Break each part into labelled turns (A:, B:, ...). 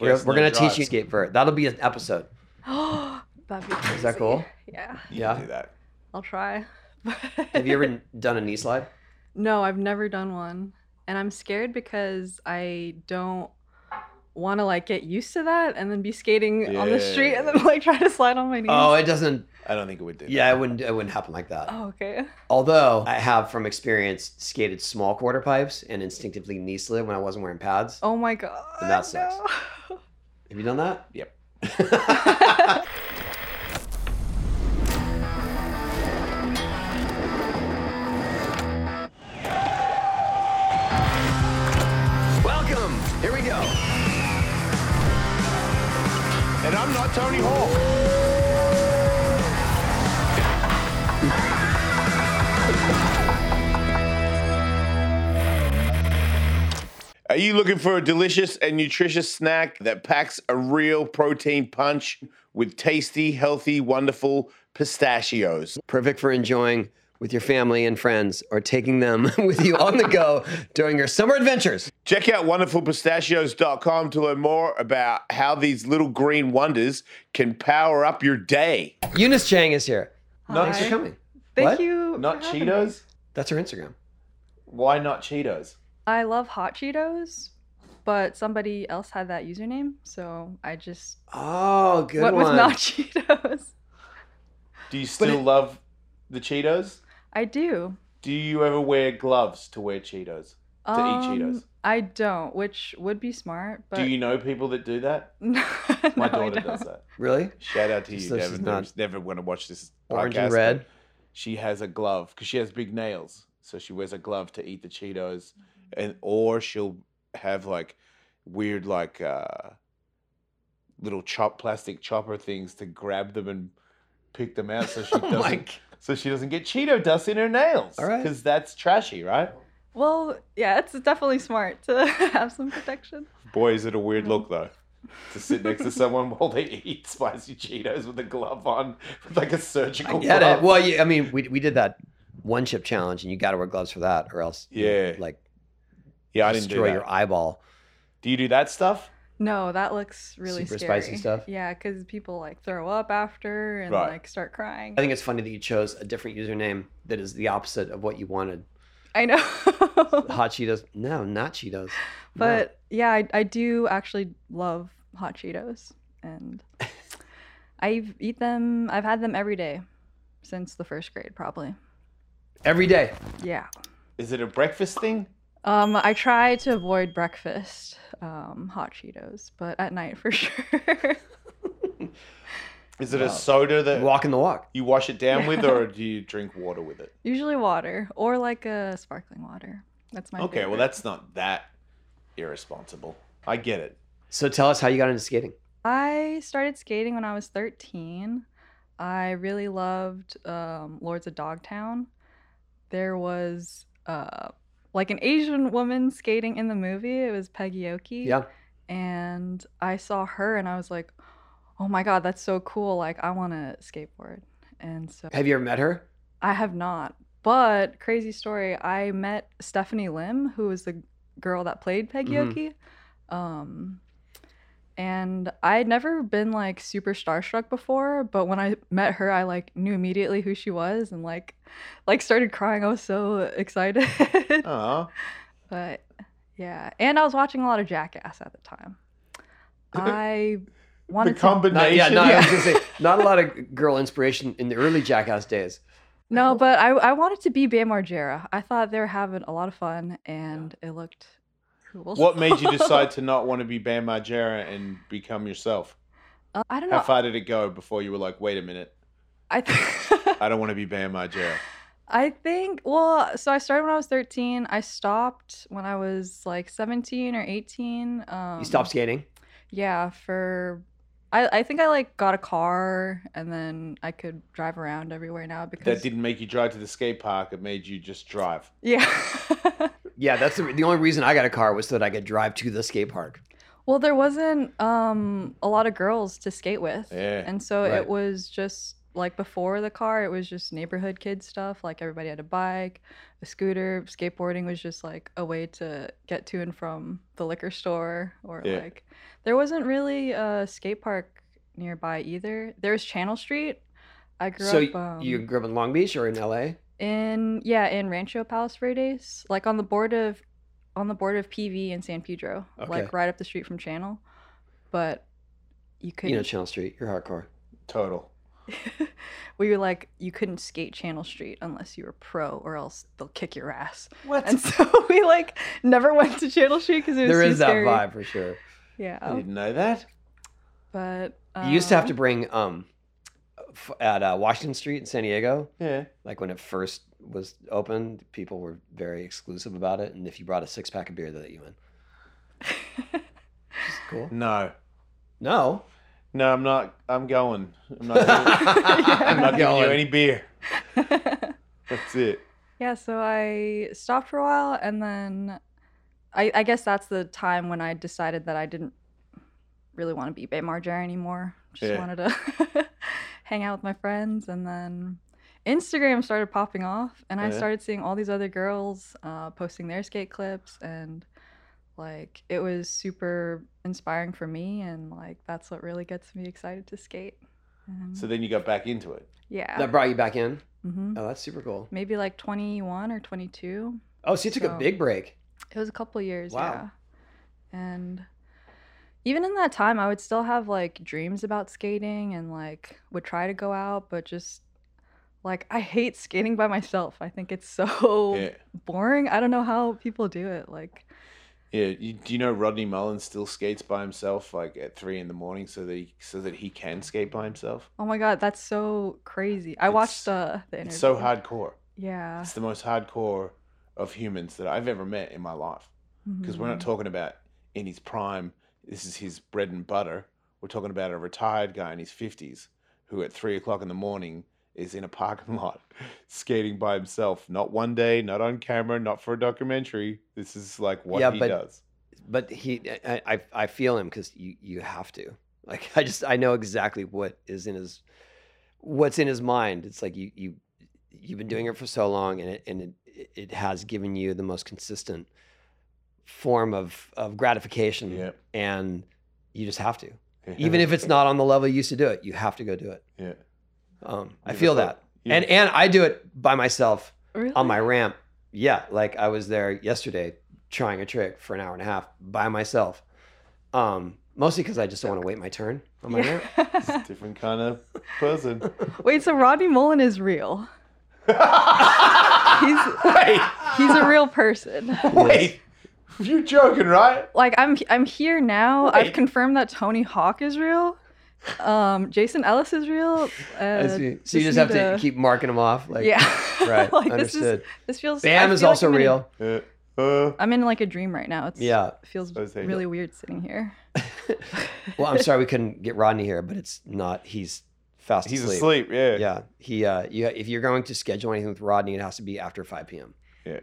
A: We're,
B: Guess
A: we're
B: no
A: gonna teach
B: drives.
A: you Gatefoot. That'll be an episode.
C: That'd be crazy.
A: Is that cool?
C: Yeah,
B: You
A: Yeah.
B: Can do that.
C: I'll try.
A: Have you ever done a knee slide?
C: No, I've never done one. And I'm scared because I don't want to like get used to that and then be skating on the street and then like try to slide on my knees.
A: Oh, it doesn't.
B: I don't think it would do.
A: Yeah, it
B: That.
A: wouldn't. It wouldn't happen like that.
C: Oh, okay.
A: Although I have from experience skated small quarter pipes and instinctively knee slid when I wasn't wearing pads.
C: Oh my god.
A: And that sucks.
C: no.
A: Have you done that?
B: Yep.
A: Welcome. Here we go.
B: And I'm not Tony Hawk. Are you looking for a delicious and nutritious snack that packs a real protein punch with tasty, healthy, wonderful pistachios?
A: Perfect for enjoying with your family and friends or taking them with you on the go during your summer adventures.
B: Check out wonderfulpistachios.com to learn more about how these little green wonders can power up your day.
A: Eunice Chang is here. Thanks
C: Hi.
A: for coming.
C: Thank
A: What?
C: you. for having me.
A: That's her Instagram.
B: Why not Cheetos?
C: I love hot Cheetos, but somebody else had that username, so I just
A: Oh, good
C: went with
A: one.
C: not Cheetos.
B: Do you still
A: it-
B: love the Cheetos?
C: I do.
B: Do you ever wear gloves to wear Cheetos? To eat Cheetos.
C: Um, I don't, which would be smart, but
B: Do you know people that do that?
C: No,
B: My
C: I
B: daughter
C: don't.
B: does that.
A: really?
B: Shout out to
A: Just
B: you,
A: so she's
B: Devin.
A: not-
B: who's never going to watch this
A: Orange
B: podcast,
A: and
B: but
A: red.
B: She has a glove because she has big nails, so she wears a glove to eat the Cheetos,
A: Mm-hmm.
B: and or she'll have like weird like uh, little chop plastic chopper things to grab them and pick them out, so she
A: Oh my
B: doesn't. so she doesn't get Cheeto dust in her nails.
A: All right.
B: Because that's trashy, right?
C: Well, yeah, it's definitely smart to have some protection.
B: Boy, is it a weird look though. To sit next to someone while they eat spicy Cheetos with a glove on, with like a surgical
A: I get
B: glove.
A: it. Well, yeah, I mean, we, we did that one chip challenge, and you got to wear gloves for that, or else you,
B: Yeah.
A: like
B: yeah, I didn't do
A: destroy
B: that.
A: your eyeball.
B: Do you do that stuff?
C: No, that looks really
A: Super
C: scary.
A: spicy stuff?
C: Yeah, because people like throw up after and
B: Right.
C: like start crying.
A: I think it's funny that you chose a different username that is the opposite of what you wanted.
C: I know.
A: Hot Cheetos? No, not Cheetos. No.
C: But yeah, I, I do actually love hot Cheetos, and I've eat them. I've had them every day since the first grade, probably.
A: every day.
C: Yeah.
B: Is it a breakfast thing?
C: Um, I try to avoid breakfast, um, hot Cheetos, but at night for sure.
B: Is it
A: No.
B: a soda that
A: Walking the walk.
B: you wash it down with, or do you drink water with it?
C: Usually water or like a sparkling water. That's my
B: okay, well,
C: favorite.
B: that's not that irresponsible. I get it.
A: So tell us how you got into skating.
C: I started skating when I was 13. I really loved um, Lords of Dogtown. There was uh, like an Asian woman skating in the movie. It was Peggy Oki.
A: Yeah.
C: And I saw her and I was like, oh my God, that's so cool. Like, I want to skateboard. And so
A: Have you ever met her?
C: I have not. But crazy story, I met Stephanie Lim, who was the girl that played Peggy
A: Mhm.
C: Oki. Um and I had never been like super starstruck before, but when I met her, I like knew immediately who she was and like like started crying. I was so excited.
B: Aw.
C: but yeah. And I was watching a lot of Jackass at the time. I
B: The
C: wanted to
A: Not, yeah,
B: combination.
A: not, I was
C: Yeah.
A: gonna say, not a lot of girl inspiration in the early Jackass days.
C: No, but I, I wanted to be Bam Margera. I thought they were having a lot of fun and it looked cool.
B: What made you decide to not want to be Bam Margera and become yourself?
C: Uh, I don't
B: How
C: know.
B: far did it go before you were like, wait a minute,
C: I, th-
B: I don't want to be Bam Margera?
C: I think, well, so I started when I was 13. I stopped when I was like 17 or 18. Um,
A: You stopped skating.
C: Yeah, for. I, I think I like got a car and then I could drive around everywhere now because
B: That didn't make you drive to the skate park. It made you just drive.
C: yeah
A: Yeah, that's the, the only reason I got a car was so that I could drive to the skate park.
C: Well, there wasn't um, a lot of girls to skate with.
B: Yeah,
C: And so
A: right.
C: it was just like before the car, it was just neighborhood kid stuff. Like everybody had a bike, a scooter. Skateboarding was just like a way to get to and from the liquor store, or
B: Yeah.
C: like there wasn't really a skate park nearby either. There was Channel Street. I grew
A: So
C: up.
A: y-
C: Um,
A: you grew up in Long Beach or in LA?
C: in yeah in Rancho Palos Verdes, like on the board of on the board of PV in San Pedro,
A: Okay.
C: like right up the street from Channel. But you couldn't.
A: You know Channel Street. You're hardcore.
B: Total.
C: we were like you couldn't skate Channel Street unless you were pro, or else they'll kick your ass.
B: What?
C: And so we like never went to Channel Street because it was
A: There
C: too
A: is that
C: scary.
A: vibe for sure.
B: I
C: Yeah,
B: didn't know that.
C: but
A: you used to have
C: uh,
A: to bring um f- at uh, Washington Street in San Diego.
B: Yeah.
A: Like when it first was open, people were very exclusive about it, and if you brought a six pack of beer, they let you in. Which is cool.
B: No.
A: No,
B: No, I'm not. I'm going. I'm not. Giving, I'm not giving you
A: Going.
B: any beer.
C: um,
B: That's it.
C: Yeah, so I stopped for a while and then I, I guess that's the time when I decided that I didn't really want to be Bay Margera anymore. Just
B: Yeah.
C: wanted to hang out with my friends and then Instagram started popping off and I
B: Yeah.
C: started seeing all these other girls uh, posting their skate clips and like it was super inspiring for me and like that's what really gets me excited to skate. And,
B: So then you got back into it.
C: yeah.
A: that brought you back in.
C: hmm
A: Oh, that's super cool.
C: Maybe like 21 or 22.
A: Oh, so you took a
C: So-
A: big break.
C: It was a couple years,
A: Wow.
C: yeah. And even in that time, I would still have like dreams about skating and like would try to go out, but just like I hate skating by myself. I think it's so
B: Yeah.
C: boring. I don't know how people do it. Like,
B: Yeah. You, do you know Rodney Mullen still skates by himself, like at three in the morning, so that he, so that he can skate by himself?
C: oh my god, that's so crazy. I watched uh, the interview.
B: It's so hardcore.
C: Yeah.
B: It's the most hardcore of humans that I've ever met in my life. because we're not
A: Mm.
C: Mhm.
B: talking about in his prime. This is his bread and butter. We're talking about a retired guy in his fifties who, at three o'clock in the morning, is in a parking lot skating by himself. Not one day, not on camera, not for a documentary. This is like what
A: Yeah,
B: he
A: but-
B: does.
A: But he, I, I, I feel him because you, you have to. Like I just, I know exactly what is in his, what's in his mind. It's like you, you, you've been doing it for so long, and it, and it, it has given you the most consistent form of of gratification,
B: Yeah.
A: and you just have to. Mm. Even if it's not on the level you used to do it, you have to go do it.
B: yeah,
A: Um,
B: You
A: I
B: ever
A: feel
B: thought-
A: that,
B: you
A: and
B: ever-
A: and I do it by myself
C: Really?
A: on my ramp. Yeah, like I was there yesterday trying a trick for an hour and a half by myself. Um, mostly because I just don't want to wait my turn on my ramp.
C: Yeah.
B: it's a different kind of person.
C: Wait, so Rodney Mullen is real. He's
B: wait,
C: he's a real person.
B: wait, you're joking, right?
C: like I'm I'm here now. I've
B: Wait.
C: confirmed that Tony Hawk is real. Um, Jason Ellis is real.
A: I
C: Uh,
A: see. So you just have
C: need
A: to keep marking them off. Like,
C: yeah,
A: Right.
C: like, this is-
A: understood.
C: This, feels. I
A: Bam is
C: feel like
A: also
C: I'm in a-
A: real.
B: Yeah. Uh,
C: I'm in like a dream right now. It's,
A: Yeah.
C: it feels
B: I was saying-
C: really weird sitting here.
A: Well, I'm sorry we couldn't get Rodney here, but it's not. He's fast
B: he's
A: asleep.
B: asleep. Yeah.
A: Yeah. He. Uh, you, if you're going to schedule anything with Rodney, it has to be after 5 p.m.
B: Yeah.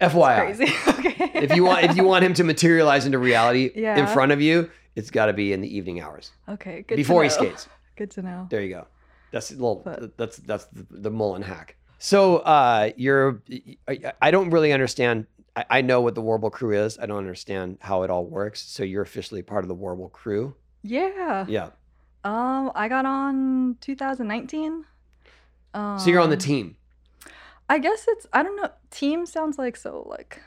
A: FYI.
C: Crazy. okay.
A: if you want if you want him to materialize into reality in
C: Yeah.
A: front of you, it's got to be in the evening hours
C: Okay. Good to
A: before he
C: know.
A: skates.
C: Good to know.
A: There you go. That's a little.
C: But-
A: that's that's the, the Mullen hack. So uh, you're. I, I don't really understand. I, I know what the Warble crew is. I don't understand how it all works. So you're officially part of the Warble crew.
C: Yeah.
A: Yeah.
C: Um, I got on 2019. Um,
A: So you're on the team.
C: I guess it's I don't know. Team sounds like so like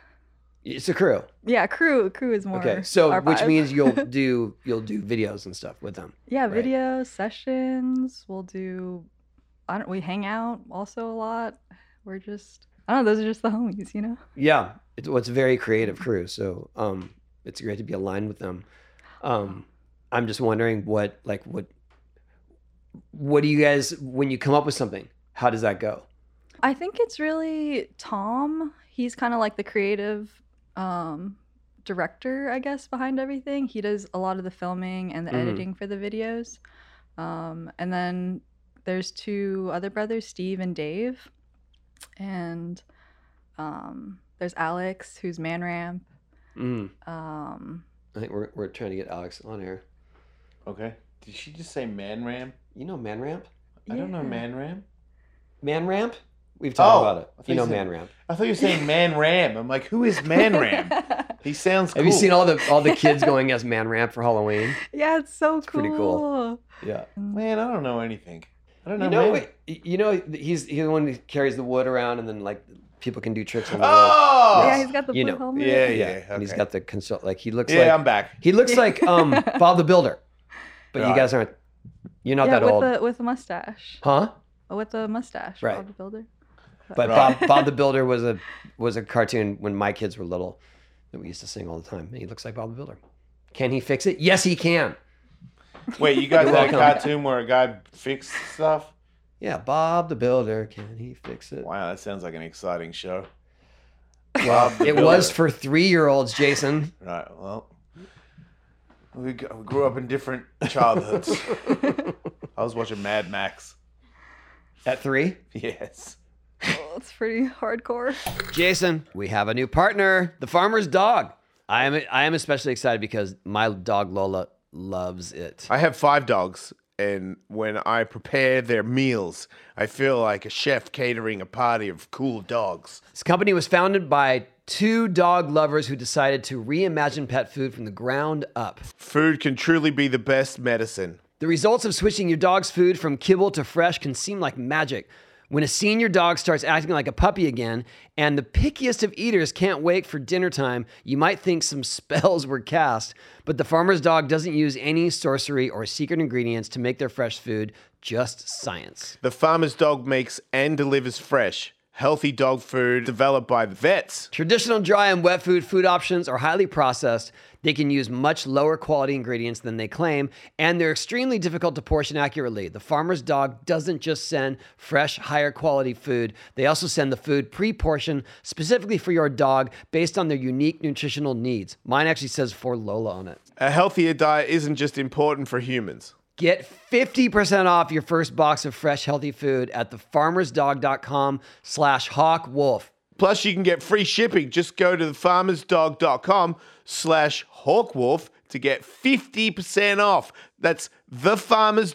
A: It's a crew.
C: yeah. Crew crew is more.
A: Okay. So
C: our
A: which
C: vibe.
A: means you'll do you'll do videos and stuff with them.
C: Yeah,
A: Right.
C: video sessions. We'll do. I don't. We hang out also a lot. We're just. I don't know. Those are just the homies, you know.
A: Yeah. It's well, it's a very creative crew. So um, it's great to be aligned with them. Um, I'm just wondering what like what what do you guys when you come up with something? How does that go?
C: I think it's really Tom. He's kind of like the creative um, director, I guess, behind everything. He does a lot of the filming and the
A: Mhm.
C: editing for the videos. Um, and then there's two other brothers, Steve and Dave. And um, there's Alex, who's Man Ramp.
A: Mm.
C: Um,
A: I think we're, we're trying to get Alex on here.
B: Okay. Did she just say man ram?
A: You know Man Ramp?
B: I don't know
C: Yeah.
B: man ram.
A: Man Ramp? We've talked
B: Oh,
A: about
B: I
A: it.
B: thought
A: You
B: you
A: know
B: said-
A: Man Ramp.
B: I thought you were saying man ram. I'm like, who is man ram? He sounds.
A: Have you
B: cool.
A: seen all the all the kids going as Man Ramp for Halloween?
C: yeah, it's so cool.
A: pretty cool. Yeah.
B: Man, I don't know anything. I don't know.
A: You know,
B: man.
A: it- you know, he's he's the one who carries the wood around, and then like people can do tricks on the wood.
B: Oh.
C: Yeah, he's got the
A: You
C: blue
A: know.
C: helmet.
B: Yeah,
A: Yeah,
B: okay.
A: and he's got the consult. Like he looks
B: yeah,
A: like
B: I'm back.
A: he looks like um Bob the Builder, but you
B: Right.
A: guys aren't. You're not
C: yeah,
A: that
C: with
A: old,
C: a with a mustache.
A: huh?
C: With a mustache.
A: Right.
C: Bob the Builder.
A: But
B: Right.
A: Bob Bob the Builder was a was a cartoon when my kids were little that we used to sing all the time, and he looks like Bob the Builder. Can he fix it? Yes, he can.
B: Wait, you guys
A: You're
B: had a
A: welcome.
B: cartoon where a guy fixed stuff?
A: Yeah, Bob the Builder. Can he fix it?
B: Wow, that sounds like an exciting show.
A: Well,
B: Bob the
A: it was
B: Builder.
A: for three year olds, Jason.
B: Right. Well, we, g- we grew up in different childhoods. I was watching Mad Max.
A: At three?
B: Yes.
C: Oh, it's pretty hardcore.
A: Jason, we have a new partner, the farmer's dog. I am I am especially excited because my dog Lola loves it.
B: I have five dogs, and when I prepare their meals, I feel like a chef catering a party of cool dogs.
A: This company was founded by two dog lovers who decided to reimagine pet food from the ground up.
B: Food can truly be the best medicine.
A: The results of switching your dog's food from kibble to fresh can seem like magic. When a senior dog starts acting like a puppy again, and the pickiest of eaters can't wait for dinner time, you might think some spells were cast. But the farmer's dog doesn't use any sorcery or secret ingredients to make their fresh food, just science.
B: The farmer's dog makes and delivers fresh, healthy dog food developed by vets.
A: Traditional dry and wet food food options are highly processed. They can use much lower quality ingredients than they claim, and they're extremely difficult to portion accurately. The farmer's dog doesn't just send fresh, higher quality food, they also send the food pre portioned specifically for your dog based on their unique nutritional needs. Mine actually says for Lola on it.
B: A healthier diet isn't just important for humans.
A: Get 50% off your first box of fresh, healthy food at thefarmersdog.com slash hawkwolf.
B: Plus, you can get free shipping. Just go to thefarmersdog.com slash hawkwolf to get 50% off. That's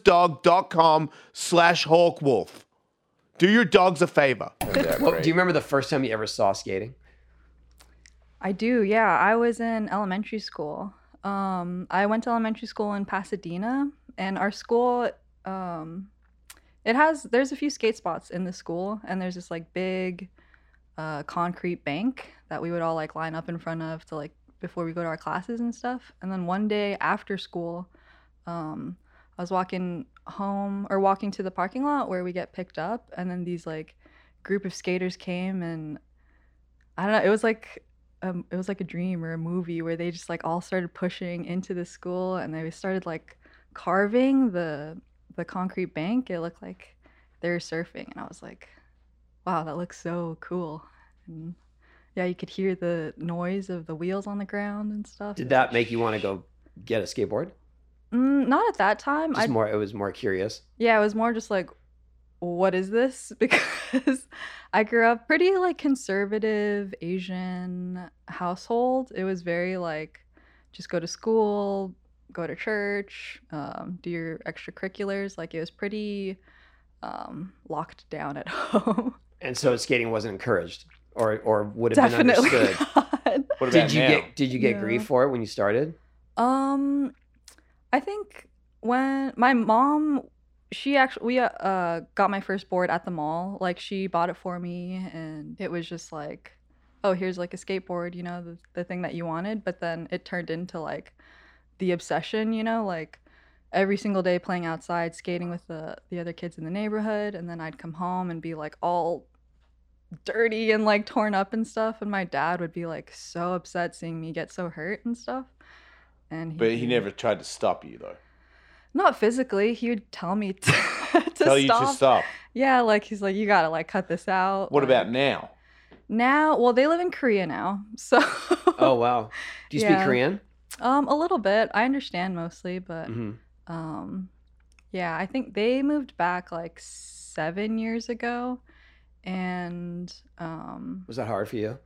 B: thefarmersdog.com slash hawkwolf. Do your dogs a favor.
A: What- Do you remember the first time you ever saw skating?
C: I do, yeah. I was in elementary school. Um, I went to elementary school in Pasadena, and our school, um, it has there's a few skate spots in the school, and there's this like big uh, concrete bank that we would all like line up in front of to like before we go to our classes and stuff. And then one day after school, um, I was walking home or walking to the parking lot where we get picked up, and then these like group of skaters came and. I don't know. It was like um, it was like a dream or a movie where they just like all started pushing into the school and they started like carving the the concrete bank. It looked like they were surfing, and I was like, "Wow, that looks so cool!" And yeah, you could hear the noise of the wheels on the ground and stuff.
A: Did that make you want to go get a skateboard?
C: Mm, not at that time.
A: Just
C: I
A: more, it was more curious.
C: yeah, it was more just like, "What is this?" Because I grew up pretty like conservative Asian household. It was very like just go to school, go to church, um, do your extracurriculars. Like it was pretty um, locked down at home.
A: And so skating wasn't encouraged, or or would have
C: Definitely
A: been understood.
C: not.
B: What
A: Did you get did you get
C: Yeah.
A: grief for it when you started?
C: Um, I think when my mom, she actually we uh, uh got my first board at the mall. Like she bought it for me, and it was just like, oh, here's like a skateboard, you know, the the thing that you wanted. But then it turned into like the obsession, you know, like every single day playing outside, skating with the the other kids in the neighborhood, and then I'd come home and be like all dirty and like torn up and stuff and my dad would be like so upset seeing me get so hurt and stuff and
B: But he never tried to stop you, though.
C: not physically. He would tell me to, to
B: Tell
C: stop.
B: you to stop.
C: Yeah, like he's like, you gotta like cut this out.
B: What
C: like-
B: about now?
C: now? Well, they live in Korea now, so
A: Oh wow! Do you speak
C: Yeah. Uh,
A: Korean?
C: um, a little bit. I understand mostly, but
A: hmm
B: Mm-hmm.
C: um, yeah, I think they moved back like seven years ago, and um,
A: Was that hard for you?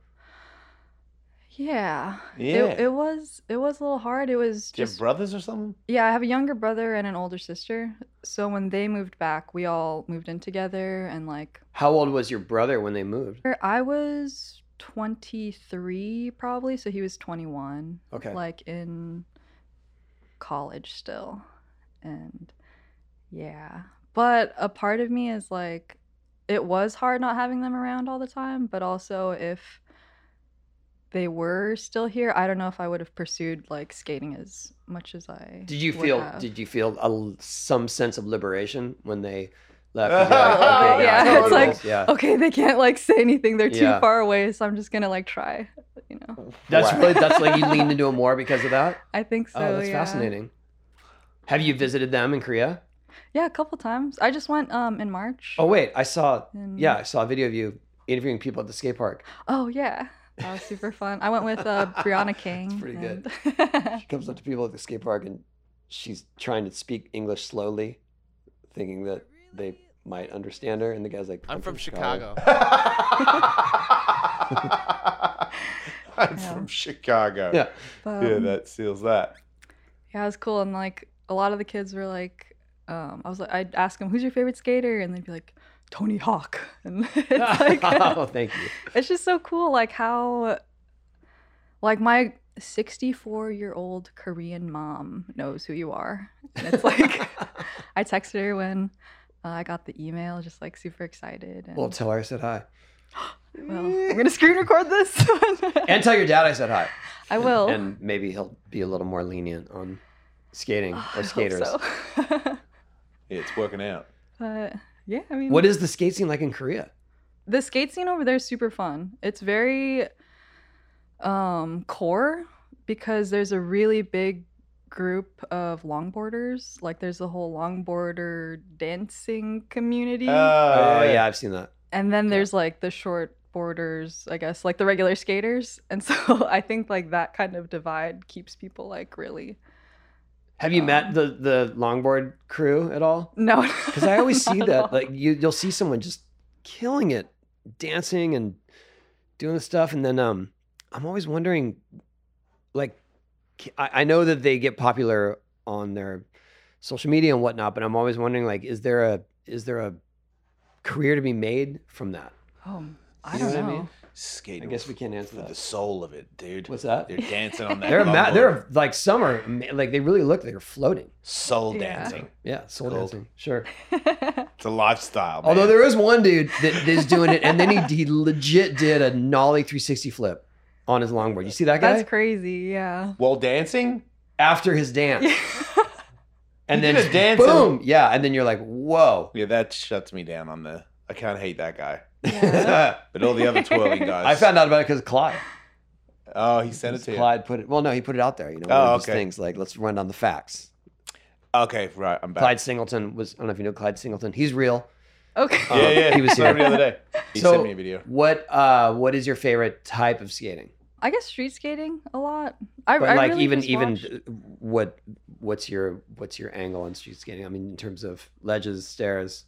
C: Yeah.
B: Yeah.
C: It, it was it was a little hard. It was
B: Do you
C: just
B: have brothers or something?
C: yeah. I have a younger brother and an older sister. So when they moved back, we all moved in together. And like
A: How old was your brother when they moved?
C: I was 23 probably, so he was 21.
A: Okay.
C: like in college still. And yeah. But a part of me is like, it was hard not having them around all the time. But also, if they were still here, I don't know if I would have pursued like skating as much as I.
A: Did you
C: would
A: feel
C: have.
A: did you feel a l some sense of liberation when they left? You'd be like, "Okay,
C: Yeah,
A: now I
C: it's
A: know
C: like-
A: this." yeah.
C: okay, they can't like say anything. They're too
A: Yeah. Oh.
C: far away, so I'm just gonna like try. You know,
A: That's
B: Wow.
A: really that's like you leaned into it more because of that.
C: I think so.
A: oh, that's
C: yeah.
A: fascinating. Have you visited them in Korea?
C: Yeah, a couple times. I just went um in March.
A: Oh wait, I saw
C: and-
A: yeah, I saw a video of you interviewing people at the skate park.
C: Oh yeah, that was super fun. I went with uh, Brianna King.
A: That's pretty good.
C: and-
A: She comes up to people at the skate park and she's trying to speak English slowly, thinking that they might understand her. And the guy's like,
D: I'm from Chicago.
B: I'm
C: Yeah.
B: from Chicago.
A: Yeah.
C: but,
B: Yeah,
C: um,
B: that seals that.
C: yeah, it was cool. And like a lot of the kids were like, um, I was like, I'd ask them, "Who's your favorite skater?" And they'd be like, "Tony Hawk." And it's
A: oh,
C: like,
A: thank you.
C: it's just so cool, like how, like my. 64 year old Korean mom knows who you are. And it's like, I texted her when uh, I got the email, just like super excited. And,
A: Well, tell her I said hi.
C: well, I'm going to screen record this.
A: And tell your dad I said hi.
C: I will.
A: And maybe he'll be a little more lenient on skating
C: Oh, I
A: or
C: hope
A: skaters.
C: so.
B: Yeah, it's working out.
C: but yeah, I mean,
A: What is the skate scene like in Korea?
C: the skate scene over there is super fun. It's very um, core because there's a really big group of longboarders. Like, there's a whole longboarder dancing community,
A: Oh, yeah, I've seen that.
C: and then there's like the short boarders i guess like the regular skaters and so i think like that kind of divide keeps people like really
A: Have you met
C: Um,
A: the the longboard crew at all?
C: no
A: Because I always see
C: not at
A: that.
C: all.
A: Like you, you'll see someone just killing it, dancing and doing the stuff, and then um, I'm always wondering, like, c- I, I know that they get popular on their social media and whatnot, but I'm always wondering, like, is there a is there a career to be made from that?
C: oh i
B: You
C: don't
B: know
C: know
B: what I mean? Skating.
A: I guess we can't answer
B: for the
A: that.
B: soul of it, dude.
A: What's that?
B: They're dancing on that.
A: They're ma-
B: longboard.
A: they're like summer, ma- like they really look like they're floating.
B: soul
C: Yeah.
B: dancing.
A: Yeah, soul
B: Cool.
A: dancing, sure.
B: It's a lifestyle.
C: Oh,
A: Although
B: man.
A: there is one dude that is doing it, and then he, he legit did a nollie 360 flip on his longboard. You see that guy?
C: That's crazy. Yeah.
B: while dancing,
A: After his dance, and
B: He
A: then
B: did a
A: just
B: dance
A: boom, yeah, and then you're like, whoa.
B: yeah, that shuts me down on the. I can't hate that guy,
C: Yeah.
B: but all the other twirling guys.
A: I found out about it because Clyde.
B: Oh, he sent it to you.
A: Clyde put it. Well, no, he put it out there. You know,
B: Oh,
A: one of these
B: okay.
A: things like let's run down the facts.
B: Okay, right. I'm back.
A: Clyde Singleton was. I don't know if you know Clyde Singleton. He's real.
C: okay.
A: Uh,
B: Yeah, yeah.
A: he was
B: Saw him
A: here.
B: the other day. He
A: So-
B: sent me a video.
A: What uh What is your favorite type of skating?
C: I guess street skating a lot. I,
A: But
C: I
A: like
C: really
A: even
C: just
A: even
C: watched-
A: uh, what what's your what's your angle on street skating? I mean, in terms of ledges, stairs.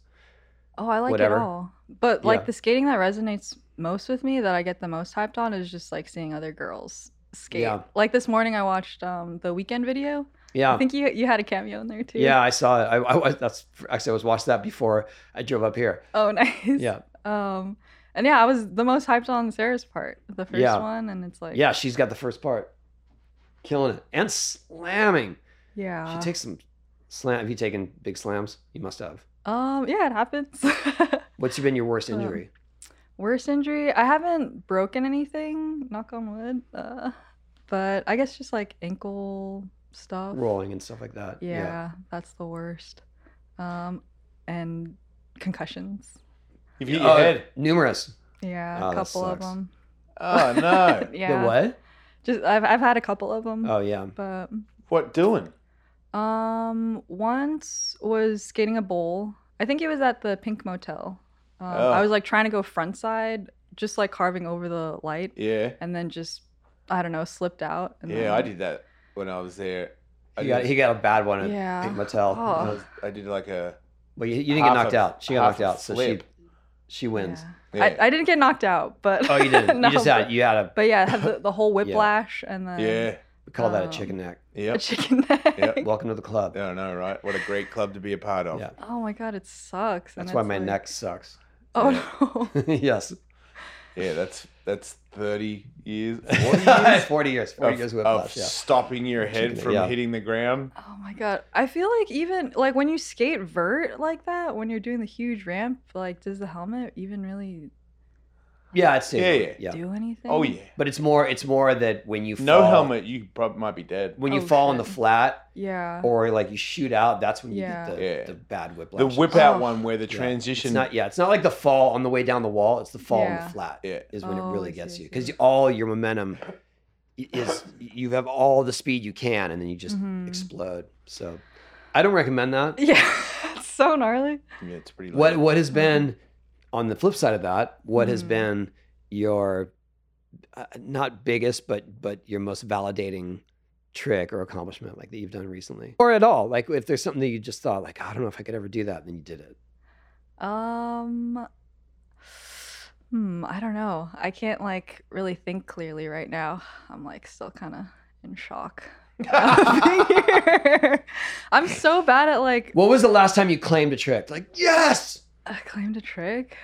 C: Oh, I like
A: whatever.
C: it all. But like
A: Yeah.
C: the skating that resonates most with me, that I get the most hyped on, is just like seeing other girls skate.
A: Yeah.
C: Like this morning, I watched um the weekend video.
A: Yeah.
C: I think you you had a cameo in there too.
A: Yeah, I saw it. I, I was that's actually I was watching that before I drove up here.
C: Oh, nice.
A: Yeah,
C: Um, and yeah, I was the most hyped on Sarah's part, the first
A: Yeah.
C: one, and it's like
A: yeah, she's got the first part, killing it and slamming.
C: yeah.
A: She takes some slam. Have you taken big slams? You must have.
C: um, yeah, it happens.
A: What's been your worst
C: Um,
A: injury?
C: worst injury i haven't broken anything knock on wood uh, but i guess just like ankle stuff
A: Rolling and stuff like that.
C: yeah, that's the worst um and concussions
B: You've hit your
A: Oh,
B: head.
A: numerous.
C: yeah
A: Oh,
C: a
A: that
C: couple of
A: sucks.
C: them
B: Oh no!
A: The
C: yeah
A: what?
C: just I've, I've had a couple of them
A: Oh yeah.
C: but
B: what doing?
C: um once was skating a bowl i think it was at the pink motel um,
B: Oh.
C: i was like trying to go front side just like carving over the light
B: Yeah,
C: and then just i don't know slipped out and
B: yeah. I
C: then-
B: did that when I was there. I
A: He got,
B: did-
A: he got a bad one at
C: Yeah.
A: Pink Motel.
C: Oh.
B: I was- I did like a.
A: Well, you, you didn't get
B: Half
A: knocked
B: a-
A: out. She got
B: half
A: knocked
B: a
A: out, so she
B: flip.
A: She wins.
C: Yeah. I, I didn't get knocked out, but
A: Oh, you didn't.
C: no,
A: you just had
C: but-
A: you had a
C: But yeah, it had the, the whole whiplash and then
B: yeah.
A: we call that a
C: Um,
A: chicken neck.
C: the
B: Yep.
C: chicken neck.
B: Yeah.
A: Welcome to the club.
B: I know, right? What a great club to be a part of.
A: Yeah.
C: Oh my god, it sucks. and
A: That's why
C: it's
A: my
C: like-
A: neck sucks.
C: Oh no.
A: yes.
B: Yeah, that's that's thirty years,
A: 40
B: 40
A: years.
B: years
A: 40 years. 40
B: of,
A: years
B: of
A: whiplash. Yeah.
B: stopping your head
A: Chicken,
B: from
A: yeah.
B: hitting the ground.
C: Oh my god. I feel like even like when you skate vert like that, when you're doing the huge ramp, like does the helmet even really
A: Yeah, it's safer.
B: Yeah, yeah.
A: yeah.
C: do anything?
B: Oh yeah,
A: But it's more it's more that when you fall,
B: no helmet, you probably might be dead.
A: when you
C: Oh,
A: fall on the
C: shit.
A: flat
C: Yeah.
A: or like you shoot out, that's when you get
C: Yeah.
A: the,
B: Yeah.
A: the bad whiplash.
B: The whip out
C: Oh.
B: one where the
A: Yeah.
B: transition.
A: It's not yeah, it's not like the fall on the way down the wall. It's the fall on
C: Yeah.
A: the flat
B: Yeah.
A: is when
C: Oh,
A: it
C: I
A: really
C: see,
A: gets
C: I
A: you
C: see.
A: because all your momentum i- is you have all the speed you can and then you just
C: Mhm.
A: explode. So I don't recommend that.
C: Yeah. it's so gnarly.
B: Yeah, it's pretty.
A: What
B: low.
A: what has been on the flip side of that? What has
C: Mhm.
A: been your uh, not biggest but but your most validating trick or accomplishment like that you've done recently or at all like if there's something that you just thought like i don't know if i could ever do that and then you did it
C: Um Hmm, I don't know. I can't like really think clearly right now. I'm like still kind of in shock. of being here. I'm so bad at like
A: what was the last time you claimed a trick like yes
C: I claimed a trick.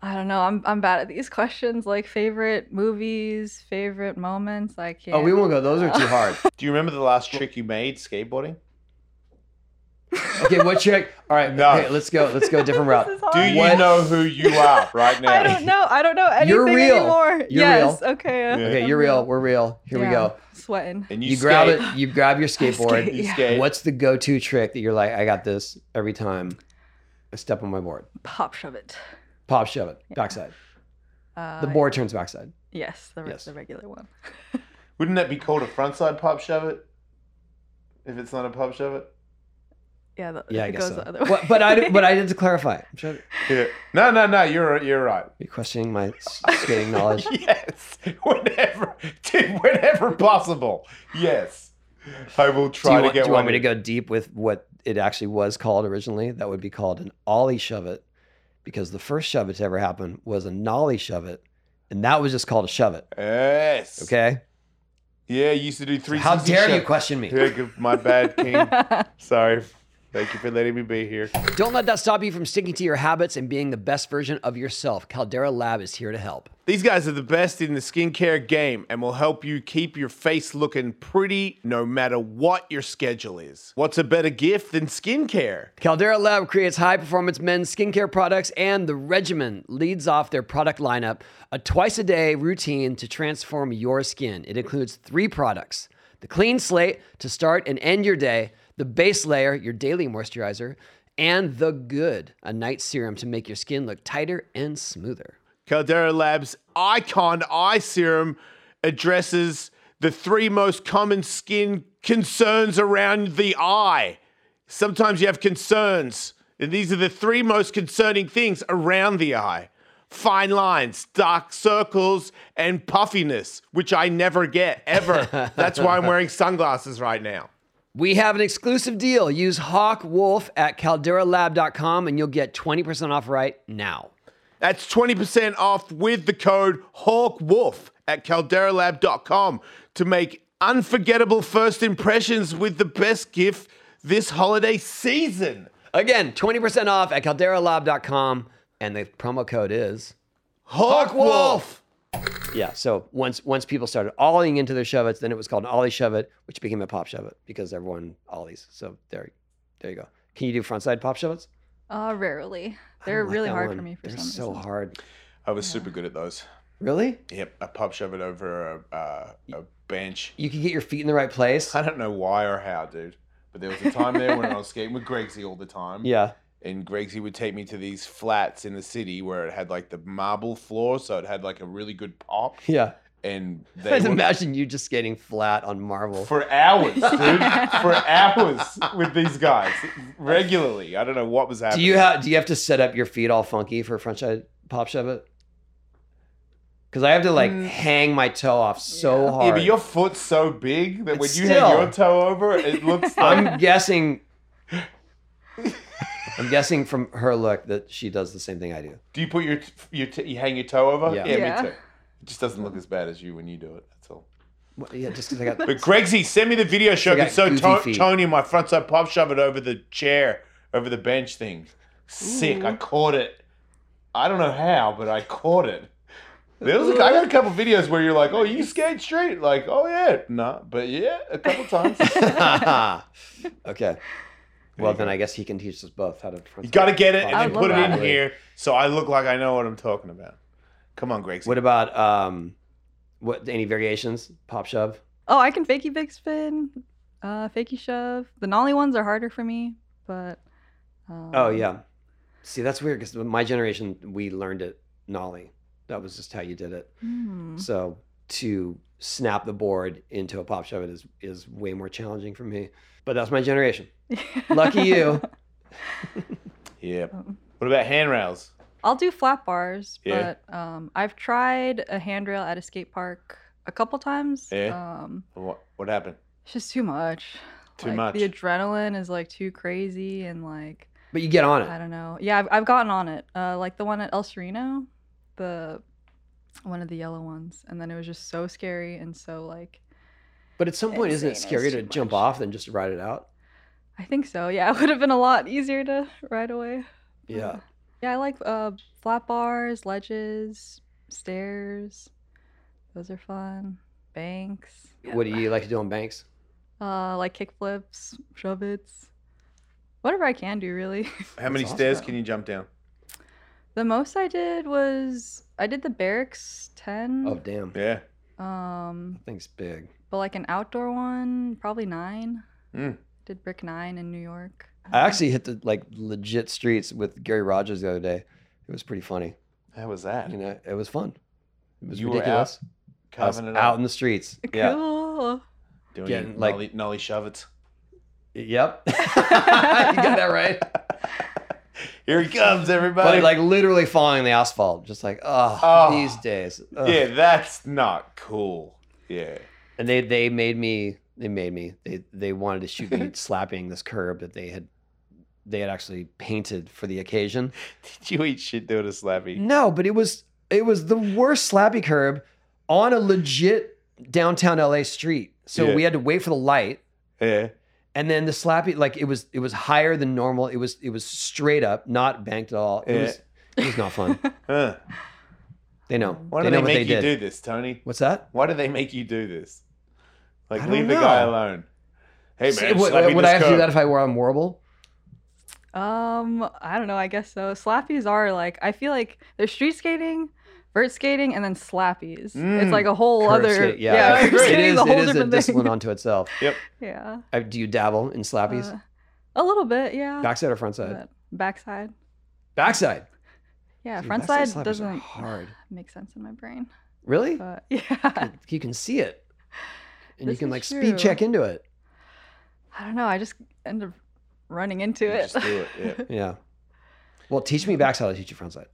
C: I don't know. I'm I'm bad at these questions. Like favorite movies, favorite moments. I can't.
A: Oh, we won't go. Those are too hard.
B: Do you remember the last trick you made skateboarding?
A: Okay, what trick? All right,
B: No.
A: okay, let's go. Let's go a different route.
C: This is
B: Do
C: hard.
B: you
A: What?
B: know who you are right now?
C: Oh, I don't know. I don't know anything
A: You're real.
C: anymore. yes.
A: real.
C: Okay. uh,
B: Yeah.
A: Okay,
C: I'm
A: you're real. We're real. Here we
C: Yeah,
A: go.
C: Sweating.
B: And
A: You,
B: you,
A: grab
B: skate.
A: it. You grab your skateboard.
C: skate.
B: You
C: Yeah.
B: skate.
A: What's the go-to trick that you're like? I got this every time. I step on my board.
C: Pop shove it.
A: Pop shove it backside.
C: Uh,
A: The board turns backside.
C: Yes. The, re-
A: Yes.
C: the regular one.
B: Wouldn't that be called a frontside pop shove it? If it's not a pop shove it.
C: Yeah. The,
A: Yeah,
C: it
A: I guess
C: goes
A: so.
C: the other way.
A: What- but I but I did to clarify. I'm sure-
B: Yeah. No, no, no. You're you're right.
A: You're questioning my s- skating knowledge.
B: Yes, whenever, dude, whenever possible. Yes, I will
A: Do you,
B: try
A: want,
B: to get
A: do you want
B: one
A: me to
B: in.
A: go deep with what it actually was called originally? That would be called an ollie shove it, because the first shove it to ever happen was a nollie shove it, and that was just called a shove it.
B: Yes.
A: Okay.
B: Yeah, you used to do three.
A: How dare you question me?
B: Yeah, good- my bad, King. Sorry. Thank you for letting me be here.
A: Don't let that stop you from sticking to your habits and being the best version of yourself. Caldera Lab is here to help.
B: These guys are the best in the skincare game and will help you keep your face looking pretty no matter what your schedule is. What's a better gift than skincare?
A: Caldera Lab creates high performance men's skincare products, and the regimen leads off their product lineup a twice a day routine to transform your skin. It includes three products the clean slate to start and end your day, the base layer, your daily moisturizer, and the good, a night serum to make your skin look tighter and smoother.
B: Caldera Labs Icon Eye Serum addresses the three most common skin concerns around the eye. Sometimes you have concerns, and these are the three most concerning things around the eye fine lines, dark circles, and puffiness, which I never get ever. That's why I'm wearing sunglasses right now.
A: We have an exclusive deal. Use Hawk Wolf at calderalab.com and you'll get 20% off right now.
B: That's 20% off with the code HawkWolf at calderalab.com to make unforgettable first impressions with the best gift this holiday season.
A: Again, 20% off at calderalab.com and the promo code is
B: HawkWolf!
A: yeah. So once once people started ollieing into their shove then it was called an ollie shove which became a pop shove because everyone ollies. So there, there you go. Can you do frontside pop shove its?
C: Uh, rarely. They're really hard for me for
A: They're
C: some
A: so
C: reason.
A: hard.
B: I was super good at those.
A: Really?
B: Yep, I pop shove it over a, uh, a bench.
A: You can get your feet in the right place.
B: I don't know why or how, dude. But there was a time there when I was skating with Gregsy all the time.
A: Yeah.
B: and Gregsy would take me to these flats in the city where it had like the marble floor, so it had like a really good pop.
A: Yeah.
B: And
A: I
B: they
A: just
B: were-
A: imagine you just skating flat on marble.
B: for hours, dude, for hours with these guys regularly. I don't know what was
A: Do
B: happening.
A: you have do you have to set up your feet all funky for French side pop shove it? Because I have to like
B: Mm.
A: hang my toe off so
C: Yeah.
A: hard.
B: Yeah, but your foot's so big that
A: But
B: when you have
A: still-
B: your toe over, it looks like
A: I'm guessing. I'm guessing from her look that she does the same thing I do.
B: Do you put your t- your t- you hang your toe over?
A: Yeah.
C: Yeah.
B: me too. It just doesn't look as bad as you when you do it. That's all.
A: Well, yeah, just because I got
B: But Gregsy, send me the video show
A: got
B: because so
A: goofy
B: to-
A: feet.
B: Tony, my frontside pop, shove it over the chair, over the bench thing. Sick. I
C: Ooh.
B: caught it. I don't know how, but I caught it. There was a, I got a couple videos where you're like, oh, you skate straight. Like, oh, yeah. No, but yeah, a couple times.
A: okay.
B: you
A: Well, then
B: go.
A: I guess he can teach us both how to.
B: you got to get it and
C: I
B: then
C: love
B: put it in
C: that.
B: here so I look like I know what I'm talking about. Come on, Gregsy.
A: What about um, what any variations? Pop shove.
C: Oh, I can fakey big spin, uh, fakey shove. The nollie ones are harder for me, but. Um,
A: Oh yeah. See, that's weird because my generation we learned it nollie. That was just how you did it.
C: hmm.
A: So to snap the board into a pop shove it is is way more challenging for me. But that's my generation. Lucky you.
B: yeah.
C: Um,
B: What about handrails?
C: I'll do flat bars,
B: Yeah.
C: but um, I've tried a handrail at a skate park a couple times.
B: Yeah.
C: Um,
B: What, what happened?
C: it's just too much.
B: Too
C: Like,
B: much.
C: The adrenaline is like too crazy, and like
A: But you get on
C: I
A: it.
C: don't know. Yeah, I've, I've gotten on it. Uh, like the one at El Sereno, the one of the yellow ones, and then it was just so scary and so like
A: But at some point, isn't it
C: Insane,
A: scarier
C: it's
A: to
C: too
A: jump
C: much.
A: off than just to ride it out?
C: I think so. Yeah, it would have been a lot easier to ride away. but-
A: Yeah.
C: Yeah, I like uh, flat bars, ledges, stairs. Those are fun. Banks.
A: What do you like to do on banks?
C: Uh, like kick flips, shove its. Whatever I can do, really.
B: How many
A: That's
B: stairs
A: awesome.
B: can you jump down?
C: the most I did was I did the barracks ten.
A: Oh damn,
B: Yeah.
C: Um,
A: that thing's big.
C: but like an outdoor one, probably nine.
A: Hmm.
B: Mm.
C: Did brick nine in New York.
A: I actually hit the like legit streets with Gary Rogers the other day. It was pretty funny.
B: How was that?
A: You know, it was fun. It was
B: You were out
A: ridiculous. I was
B: Carving it
A: out
B: up.
A: in the streets. Yeah.
C: Cool.
B: Doing
A: Getting,
B: your
A: like-
B: nollie, nollie shovets.
A: Yep. you got that right.
B: Here he comes, everybody.
A: But like literally following the asphalt, just like oh,
B: Oh.
A: these days. Ugh.
B: yeah, that's not cool. Yeah.
A: And they they made me they made me they they wanted to shoot me slapping this curb that they had they had actually painted for the occasion.
B: Did you eat shit doing a slappy?
A: No, but it was it was the worst slappy curb on a legit downtown LA street. So
B: Yeah.
A: we had to wait for the light,
B: Yeah.
A: and then the slappy like it was it was higher than normal. It was it was straight up, not banked at all. It
B: Yeah.
A: was it was not fun.
B: Huh.
A: They know.
B: Why do
A: they know
B: they,
A: what
B: make
A: they
B: you
A: did.
B: do this, Tony?
A: What's that?
B: Why do they make you do this? Like,
A: I
B: leave
A: don't
B: the guy
A: know.
B: alone. Hey, man,
A: So, would
B: slappy
A: would
B: this
A: I have to do
B: curb.
A: that if I were on Warble?
C: Um, I don't know. I guess so. Slappies are like I feel like there's street skating, vert skating, and then slappies.
B: Mm,
C: it's like a whole
A: Hmm. Curb
C: other
A: skate, yeah,
B: I
C: yeah curb
B: agree.
A: it
C: skating
A: is,
C: is a whole
A: it is a
C: different thing.
A: discipline unto itself.
C: yeah.
A: Uh, do you dabble in slappies?
C: uh, a little bit, yeah.
A: backside or frontside?
C: but backside.
A: Backside.
C: Yeah,
A: Dude,
C: front
A: backside
C: side
A: slappers are
C: doesn't
A: hard.
C: make sense in my brain.
A: Really?
C: But yeah.
A: You- you can see it, and you
C: This
A: can
C: is
A: like
C: true.
A: speed check into it.
C: I don't know. I just end up running into
B: You
C: it.
B: just do it, yeah.
A: Yeah. Well, teach me backside. I'll teach you frontside.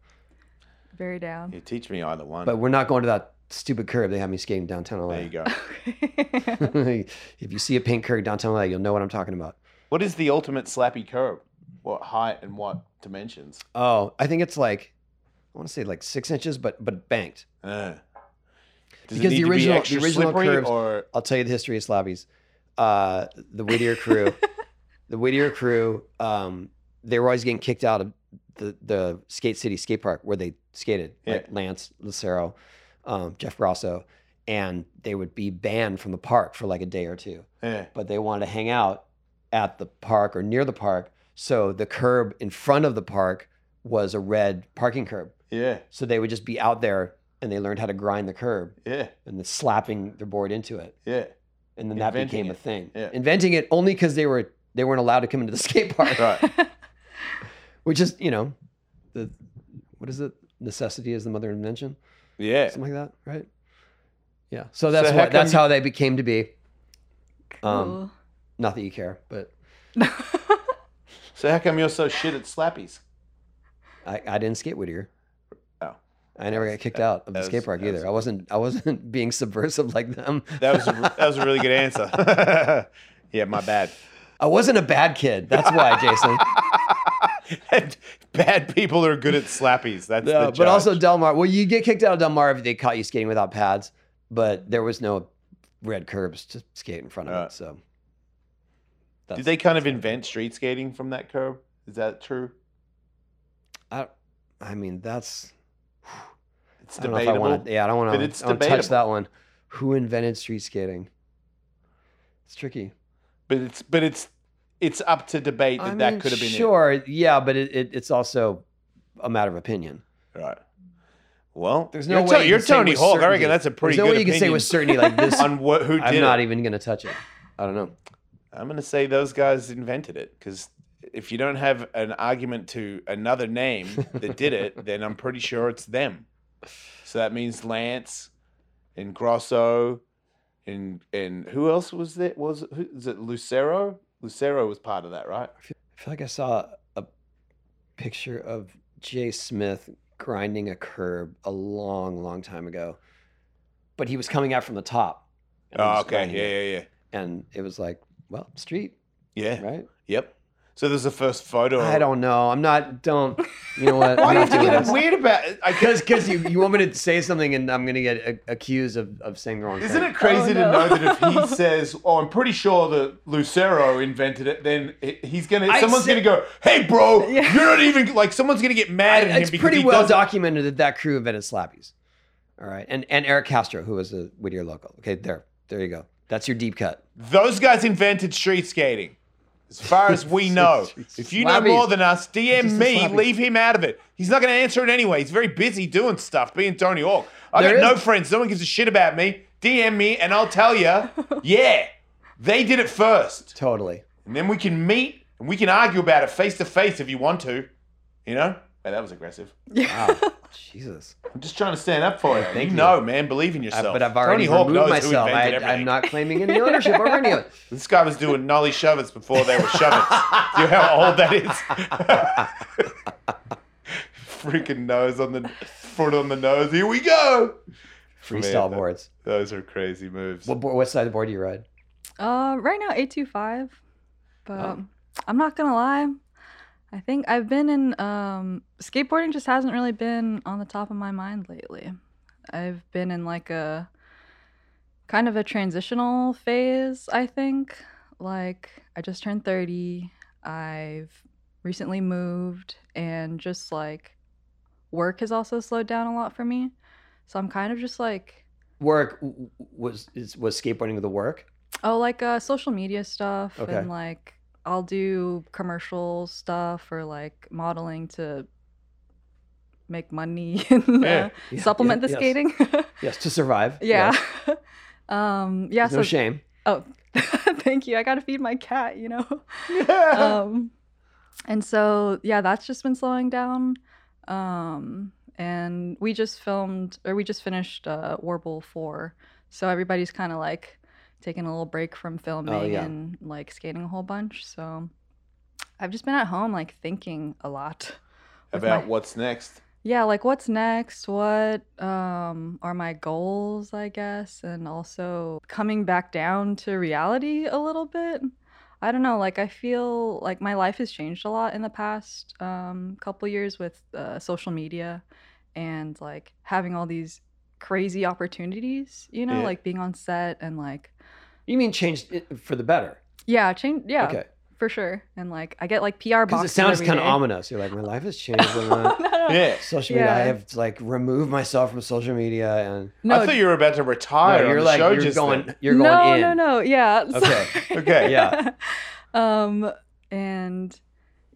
C: Very down.
B: You teach me either one.
A: But we're not going to that stupid curb. They have me skating downtown LA.
B: there you go.
C: Okay.
A: if you see a pink curb downtown LA, you'll know what I'm talking about.
B: What is the ultimate slappy curb? What height and what dimensions?
A: Oh, I think it's like I want to say like six inches, but but banked.
B: Uh. Does
A: Because the
B: it need to
A: original-
B: be
A: the
B: extra
A: original
B: slippery
A: curves-
B: or
A: I'll tell you the history of slobbies. Uh, the Whittier crew, the Whittier crew, um, they were always getting kicked out of the, the Skate City skate park where they skated, like Lance Lucero, um, Jeff Grosso, and they would be banned from the park for like a day or two.
B: yeah.
A: But they wanted to hang out at the park or near the park. So the curb in front of the park was a red parking curb.
B: Yeah.
A: So they would just be out there and they learned how to grind the curb
B: Yeah.
A: and the slapping their board into it
B: Yeah.
A: and then that
B: Inventing
A: became a
B: it.
A: thing.
B: Yeah.
A: Inventing it only because they were they weren't allowed to come into the skate park,
B: Right.
A: which is you know, the what is it? Necessity is the mother of invention,
B: Yeah.
A: something like that, right? Yeah. So
B: So
A: that's
B: how
A: why
B: come
A: that's
B: you-
A: how they became to be.
C: cool.
A: Not that you care, but
B: So how come you're so shit at slappies?
A: I, I didn't skate Whittier.
B: Oh.
A: I never got kicked
B: that-
A: out of the
B: that
A: skate
B: was-
A: park
B: that
A: either.
B: was-
A: I wasn't I wasn't being subversive like them.
B: That was a, that was a really good answer. yeah, my bad.
A: I wasn't a bad kid. That's why, Jason.
B: and bad people are good at slappies. That's
A: No,
B: the
A: Uh, but also
B: judge.
A: Del Mar. Well, you get kicked out of Del Mar if they caught you skating without pads, but there was no red curbs to skate in front of
B: Uh,
A: it. So
B: Did they kind of invent street skating from that curb? Is that true?
A: I, I mean, that's
B: It's
A: I don't know if I
B: debatable.
A: wanna- yeah, I don't
B: but
A: want
B: it's
A: to touch
B: debatable.
A: that one. Who invented street skating? It's tricky.
B: But it's but it's it's up to debate that
A: I
B: that
A: mean,
B: could have been it.
A: sure, yeah, but it, it, it's also a matter of opinion.
B: Right. Well,
A: There's no
B: you're,
A: way
B: To-
A: you
B: you're
A: can say
B: Tony
A: with
B: Hawk. I
A: certainty-
B: reckon that's a pretty
A: There's no
B: good
A: way you can say
B: opinion
A: with certainty like this.
B: on what who did
A: I'm
B: it.
A: not even gonna touch it. I don't know.
B: I'm going to say those guys invented it because if you don't have an argument to another name that did it, then I'm pretty sure it's them. So that means Lance and Grosso and and who else was that? Was who is it Lucero? Lucero was part of that, right?
A: I feel like I saw a picture of Jay Smith grinding a curb a long, long time ago, but he was coming out from the top. and
B: Oh,
A: just
B: okay,
A: grinding it.
B: yeah, yeah,
A: And it was like, well, street,
B: yeah, yeah.
A: right?
B: Yep. So there's the first photo.
A: I don't know. I'm not. Don't. You know what?
B: Why do you
A: I'm not
B: have to
A: doing
B: get
A: this.
B: weird about it? I guess,
A: Because because you, you want me to say something and I'm gonna get a- accused of, of saying the wrong
B: isn't
A: thing.
B: it crazy
C: no.
B: to know that if he says, "Oh, I'm pretty sure that Lucero invented it," then he- he's gonna
A: I
B: someone's
A: said-
B: gonna go, "Hey, bro,
C: Yeah.
B: you're not even like someone's gonna get mad at him."
A: It's
B: because
A: pretty
B: he
A: well
B: doesn't-"
A: documented that that crew invented slappies. All right, and and Eric Castro, who was a Whittier local. Okay, there, there you go. That's your deep cut.
B: Those guys invented street skating. As far as we know, if you know
A: Slappies.
B: more than us, DM
A: Just the
B: me.
A: slappies.
B: Leave him out of it. He's not going to answer it anyway. He's very busy doing stuff, being Tony Hawk. I
A: There
B: got no
A: is-
B: friends. No one gives a shit about me. DM me, and I'll tell you. yeah, they did it first.
A: Totally.
B: and then we can meet and we can argue about it face to face if you want to. You know? Hey, that was aggressive.
A: Wow. Jesus.
B: I'm just trying to stand up for you. you
A: thank you.
B: know, man. Believe in yourself.
A: I- but I've already
B: Tony Hawk knows
A: removed myself.
B: Who
A: I,
B: invented
A: I'm
B: everything.
A: not claiming any ownership over any of it.
B: This guy was doing nollie shovels before they were shovels. Do you know how old that is? Freaking nose on the foot on the nose. Here we go.
A: Freestyle
B: that-
A: boards.
B: Those are crazy moves.
A: What, board, what side of the board do you ride?
C: Uh, right now eight two five, but
A: Oh.
C: I'm not gonna lie. I think I've been in um, skateboarding just hasn't really been on the top of my mind lately. I've been in like a kind of a transitional phase. I think like I just turned thirty. I've recently moved, and just like work has also slowed down a lot for me. So I'm kind of just like
A: Work w- w- was is, was skateboarding the work.
C: Oh, like uh, social media stuff
A: Okay.
C: and like I'll do commercial stuff or like modeling to make money and
B: Yeah.
C: uh, supplement the
A: yes.
C: skating.
A: Yes, to survive.
C: yeah.
A: Yes.
C: um yeah,
A: There's no
C: so
A: shame.
C: oh thank you. I got to feed my cat, you know.
B: Yeah.
C: um and so yeah, that's just been slowing down. Um and we just filmed or we just finished uh Warble 4. So everybody's kind of like taking a little break from filming
A: yeah.
C: and like skating a whole bunch. So I've just been at home like thinking a lot. with
B: About
C: my-
B: what's next.
C: Yeah, like what's next? What um are my goals, I guess, and also coming back down to reality a little bit. I don't know, like I feel like my life has changed a lot in the past um couple years with uh, social media and like having all these crazy opportunities, you know,
B: Yeah.
C: like being on set and like
A: You mean changed it for the better?
C: yeah, change yeah,
A: Okay.
C: for sure. And like I get like PR
A: Because
C: boxes
A: it sounds
C: every
A: kind of
C: day.
A: ominous. You're like, my life has changed. and, uh,
C: No, no, no.
B: Yeah.
A: social media. I
C: Yeah.
A: have like removed myself from social media, and
B: I
C: No,
B: thought you were about to retire.
A: No,
B: on
A: you're
B: the
A: like
B: show
A: you're
B: just
A: going
B: then.
A: you're going
C: no,
A: in.
C: no, no. Yeah.
A: Okay.
C: sorry.
B: Okay,
A: yeah.
C: um, and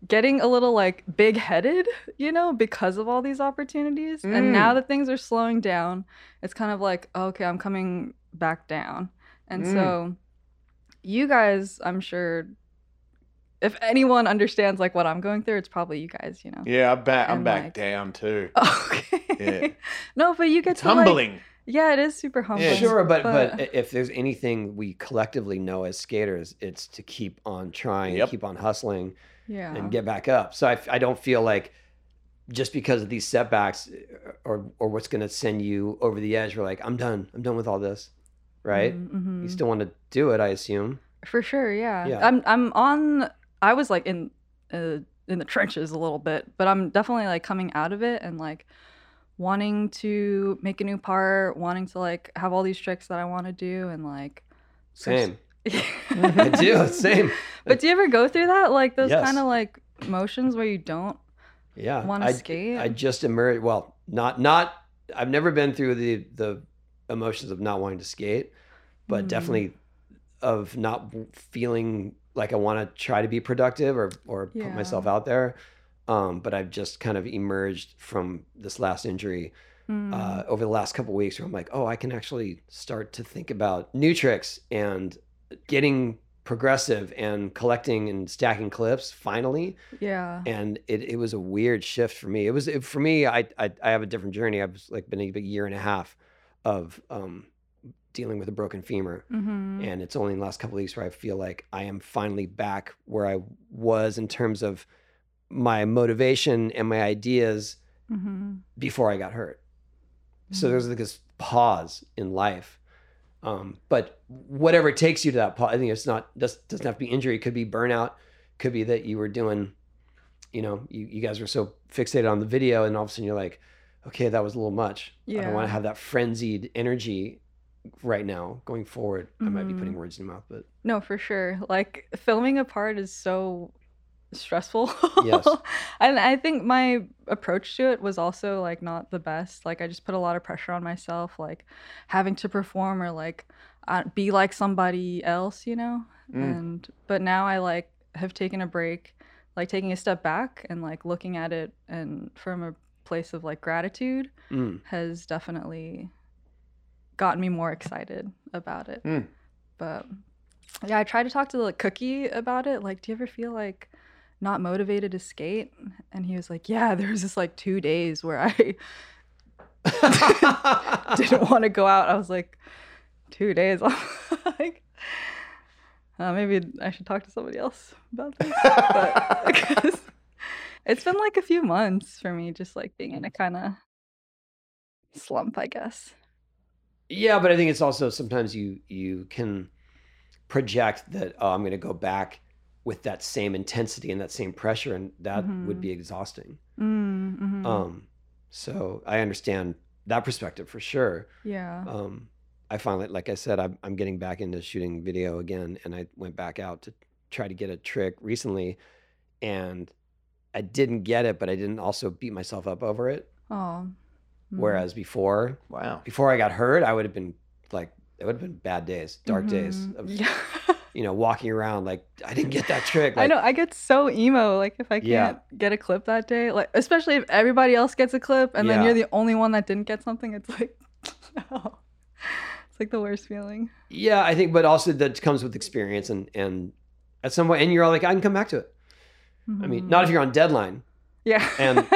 C: getting a little like big headed, you know, because of all these opportunities. And now
B: Mm.
C: that things are slowing down, it's kind of like, okay, I'm coming back down. And
B: Mm.
C: so you guys, I'm sure if anyone understands like what I'm going through, it's probably you guys, you know.
B: Yeah, I'm back. I'm
C: And,
B: back
C: like-
B: down too.
C: Okay.
B: Yeah.
C: no, but you get
B: It's
C: to like-
B: humbling.
C: yeah, uh, it is super humbling.
A: Sure, but, but i- if there's anything we collectively know as skaters, it's to keep on trying,
B: Yep.
A: keep on hustling,
C: yeah.
A: and get back up. So I, f- I don't feel like just because of these setbacks uh, or or what's going to send you over the edge, we're like, I'm done. I'm done with all this, right?
C: Mhm,
A: You
C: mhm.
A: still want to do it, I assume.
C: For sure, yeah.
A: Yeah.
C: I'm I'm on I was like in uh, in the trenches a little bit, but I'm definitely like coming out of it and like wanting to make a new part, wanting to like have all these tricks that I want to do and like
A: Same. I do. Same.
C: But do you ever go through that like those
A: Yes.
C: kind of like motions where you don't
A: Yeah.
C: want
A: I-
C: to skate?
A: I just emerged. Well, not not. I've never been through the the emotions of not wanting to skate, but
C: Mm.
A: definitely of not w- feeling like I want to try to be productive or or put
C: Yeah.
A: myself out there. Um, but I've just kind of emerged from this last injury
C: Mm.
A: uh, over the last couple weeks, where I'm like, oh, I can actually start to think about new tricks and getting progressive and collecting and stacking clips finally
C: yeah.
A: and it, it was a weird shift for me. It was it, for me. I, I I have a different journey. I've s- like been a big year and a half of um, dealing with a broken femur,
C: Mm-hmm.
A: and it's only in the last couple of weeks where I feel like I am finally back where I was in terms of my motivation and my ideas
C: mm-hmm.
A: before I got hurt.
C: Mm.
A: So there's like this pause in life. Um, but whatever takes you to that pause, I think it's not just doesn't have to be injury. It could be burnout. Could be that you were doing, you know, you, you guys were so fixated on the video, and all of a sudden you're like, okay, that was a little much. I don't want
C: Yeah.
A: to have that frenzied energy right now going forward. I might be
C: Mhm.
A: putting words in your mouth, but
C: No, for sure. Like filming a part is so stressful.
A: Yes.
C: and I think my approach to it was also like not the best. Like I just put a lot of pressure on myself, like having to perform or like uh, be like somebody else, you know?
B: Mm.
C: And but now I like have taken a break, like taking a step back and like looking at it and from a place of like gratitude
A: Mm.
C: has definitely gotten me more excited about it.
B: Hmm.
C: But yeah, I tried to talk to like Cookie about it. Like, do you ever feel like not motivated to skate? And he was like, Yeah, there was just like two days where I didn't want to go out. I was like, Two days. I'm like, uh, maybe I should talk to somebody else about this. But 'cause it's been like a few months for me, just like being in a kind of slump, I guess.
A: Yeah, but I think it's also sometimes you you can project that oh, I'm going to go back with that same intensity and that same pressure, and that would
C: Mhm.
A: be exhausting.
C: Mm, mhm.
A: Um, so I understand that perspective for sure.
C: yeah.
A: Um, I finally, like I said, I'm, I'm getting back into shooting video again, and I went back out to try to get a trick recently, and I didn't get it, but I didn't also beat myself up over it.
C: Oh. mm.
A: Whereas before,
B: Wow.
A: before I got hurt, I would have been like, it would have been bad days, dark days
C: Mhm.
A: of,
C: Yeah.
A: you know, walking around like, I didn't get that trick.
C: I
A: Like,
C: know. I get so emo. Like if I can't
A: Yeah.
C: get a clip that day, like especially if everybody else gets a clip and then
A: Yeah.
C: you're the only one that didn't get something, it's like, oh. it's like the worst feeling.
A: Yeah, I think, but also that comes with experience and, and at some point, and you're like, I can come back to it. I mean,
C: Mhm.
A: not if you're on deadline.
C: yeah.
A: and-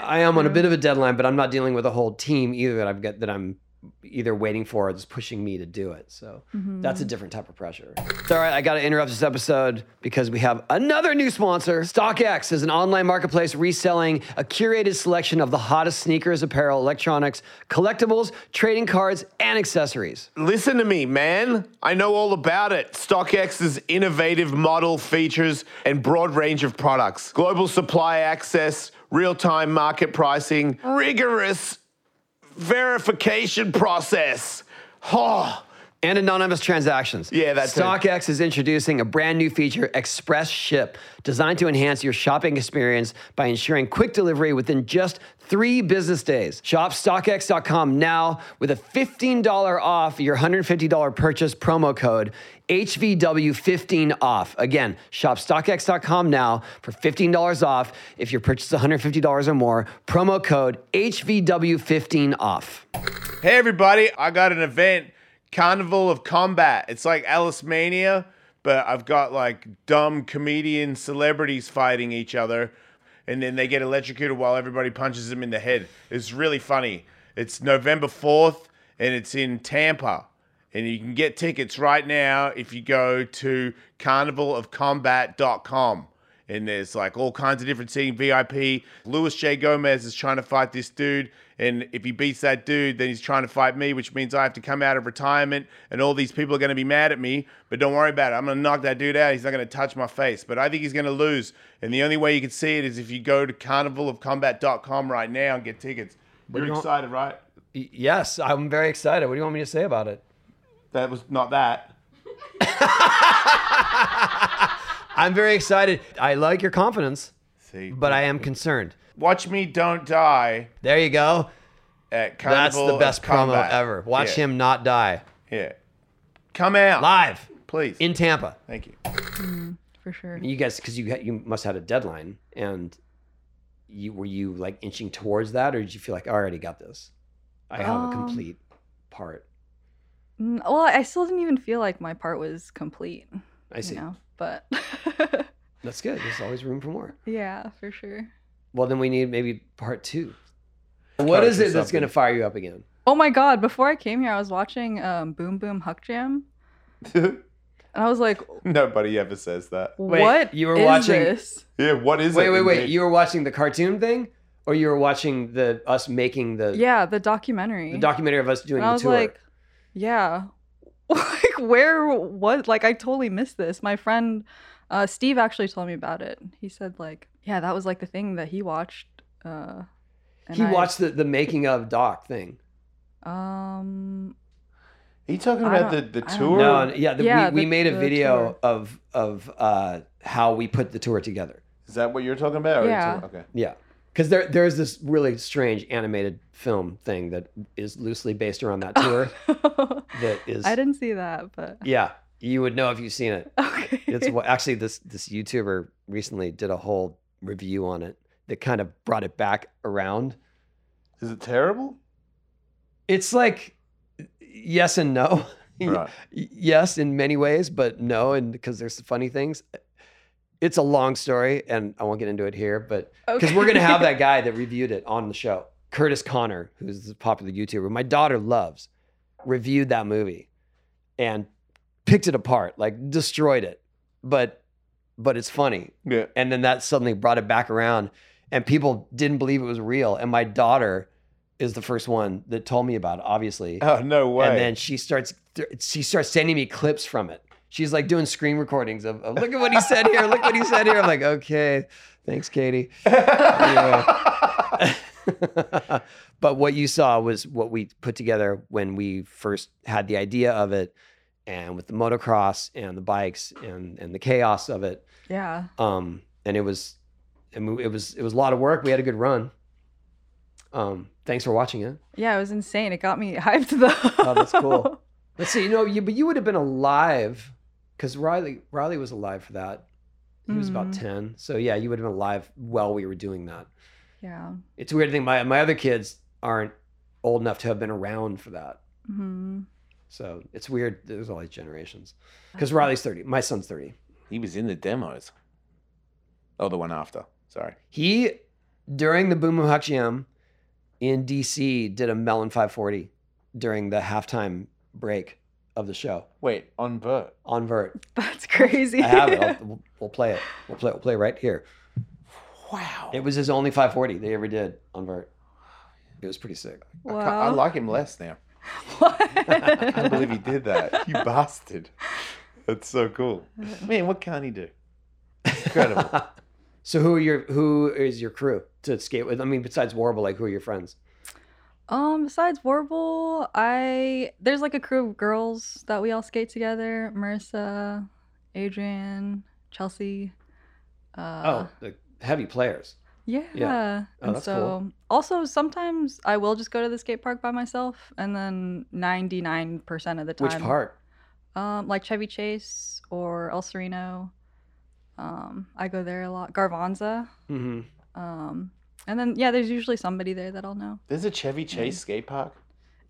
A: I am on a
C: True.
A: bit of a deadline, but I'm not dealing with a whole team either that I've got that I'm either waiting for or that's pushing me to do it. So
C: Mm-hmm.
A: that's a different type of pressure. Sorry, I got to interrupt this episode because we have another new sponsor. StockX is an online marketplace reselling a curated selection of the hottest sneakers, apparel, electronics, collectibles, trading cards, and accessories.
B: Listen to me, man. I know all about it. StockX's innovative model features and broad range of products, global supply access, real time market pricing, rigorous verification process. Oh,
A: and anonymous transactions.
B: Yeah, that too.
A: StockX is introducing a brand new feature, Express Ship, designed to enhance your shopping experience by ensuring quick delivery within just three business days. Shop StockX.com now with a $15 off your $150 purchase promo code HVW15 off. Again, shop StockX.com now for $15 off if your purchase is $150 or more. Promo code HVW15 off.
B: Hey everybody, I got an event, Carnival of Combat. It's like Alice Mania, but I've got like dumb comedian celebrities fighting each other and then they get electrocuted while everybody punches them in the head. It's really funny. It's November 4th and it's in Tampa. And you can get tickets right now if you go to carnivalofcombat.com.
D: and there's like all kinds of different seating VIP. Luis J. Gomez is trying to fight this dude, and if he beats that dude, then he's trying to fight me, which means I have to come out of retirement, and all these people are going to be mad at me. But don't worry about it. I'm going to knock that dude out. He's not going to touch my face. But I think he's going to lose, and the only way you can see it is if you go to carnivalofcombat.com right now and get tickets. You're
A: don't-
D: excited, right?
A: Y- Yes, I'm very excited. What do you want me to say about it?
D: That was not that.
A: I'm very excited. I like your confidence,
D: See,
A: but I am concerned.
D: watch me don't die
A: There you go.
D: at
A: That's
D: Carnival.
A: the
D: of
A: best promo
D: Combat.
A: ever. Watch
D: Yeah,
A: him not die
D: Yeah, come out
A: live
D: please.
A: in Tampa.
D: Thank you.
C: for sure.
A: You guys, because you ha- you must have had a deadline, and you were you like inching towards that, or did you feel like I already got this? I have
C: Um,
A: a complete part.
C: Mm, Well, I still didn't even feel like my part was complete.
A: I see.
C: You know, but
A: That's good. There's always room for more.
C: yeah, for sure.
A: Well, then we need maybe part two. What is
B: or
A: it that's going
B: something.
A: to fire you up again?
C: Oh my god! Before I came here, I was watching um, Boom Boom Huck Jam, and I was like,
D: Nobody ever says that.
A: Wait,
C: "What?
A: you were
C: is
A: watching-
C: this?"
D: Yeah, what is
A: Wait,
D: it?
A: wait, wait.
D: indeed?
A: You were watching the cartoon thing, or you were watching the us making the
C: Yeah, the documentary.
A: the documentary of us doing
C: and I
A: the
C: was
A: tour.
C: like, "Yeah, like where was like I totally missed this." My friend uh, Steve actually told me about it. He said like, "Yeah, that was like the thing that he watched." Uh, and
A: he
C: I-
A: watched the, the making of doc thing.
C: Um,
B: Are you talking
C: I
B: about the,
C: don't-
B: the
C: I don't
B: tour?
A: No, n- yeah, the,
C: Yeah,
A: we, we
C: the-
A: made a
C: the
A: video
C: tour.
A: of of uh, how we put the tour together.
B: Is that what you're talking about? or
C: Yeah.
B: Tour? Okay.
A: Yeah, because there there's this really strange animated film thing that is loosely based around that tour. that is,
C: I didn't see that, but
A: yeah, you would know if you've seen it.
C: okay.
A: It's what actually this this YouTuber recently did a whole review on it that kind of brought it back around.
B: Is it terrible?
A: It's like yes and no.
B: Right.
A: Y- yes in many ways but no and because there's some funny things it's a long story and i won't get into it here but because we're going to have that guy that reviewed it on the show curtis connor who's a popular youtuber my daughter loves reviewed that movie and picked it apart like destroyed it but but it's funny
D: Yeah.
A: and then that suddenly brought it back around and people didn't believe it was real and my daughter is the first one that told me about it obviously
D: Oh no way.
A: and then she starts she starts sending me clips from it. She's like doing screen recordings of, of look at what he said here, look what he said here. I'm like, okay, thanks, Katie. Yeah. but what you saw was what we put together when we first had the idea of it, and with the motocross and the bikes and and the chaos of it.
C: yeah.
A: Um, and it was, it mo- it was it was a lot of work. We had a good run. Um, thanks for watching it.
C: Yeah, it was insane. It got me hyped though.
A: Oh, that's cool. Let's see. You know, you but you would have been alive because Riley Riley was alive for that. He was about
C: Mhm.
A: ten, so yeah, you would have been alive while we were doing that.
C: yeah.
A: It's a weird thing. My my other kids aren't old enough to have been around for that,
C: hmm
A: so it's weird. There's all these generations because Riley's thirty. My son's thirty.
B: He was in the demos. Oh, the one after. Sorry.
A: He during the Boom of Hachiam in DC did a Melon 540 during the halftime break of the show
B: Wait, on Vert.
A: on Vert.
C: That's crazy.
A: I have it. I'll, we'll, we'll play it. We'll play. We'll play right here.
B: Wow.
A: It was his only 540 they ever did on Vert. It was pretty sick.
B: I, can't- I
C: wow.
B: like him less now. I can't believe he did that. You bastard. That's so cool. Man, what can't he do? Incredible.
A: so who are your who is your crew to skate with? I mean, besides Warble, like who are your friends?
C: um, besides Warble, I there's like a crew of girls that we all skate together. Marissa, Adrian, Chelsea. Uh,
A: oh, the heavy players.
C: Yeah.
A: Oh,
C: and
A: that's cool.
C: so also sometimes I will just go to the skate park by myself and then 99% of the time
A: Which part?
C: Um like Chevy Chase or El Sereno. Um I go there a lot. Garvanza.
A: hmm
C: Um and then yeah, there's usually somebody there that I'll know.
B: There's a Chevy Chase skate park.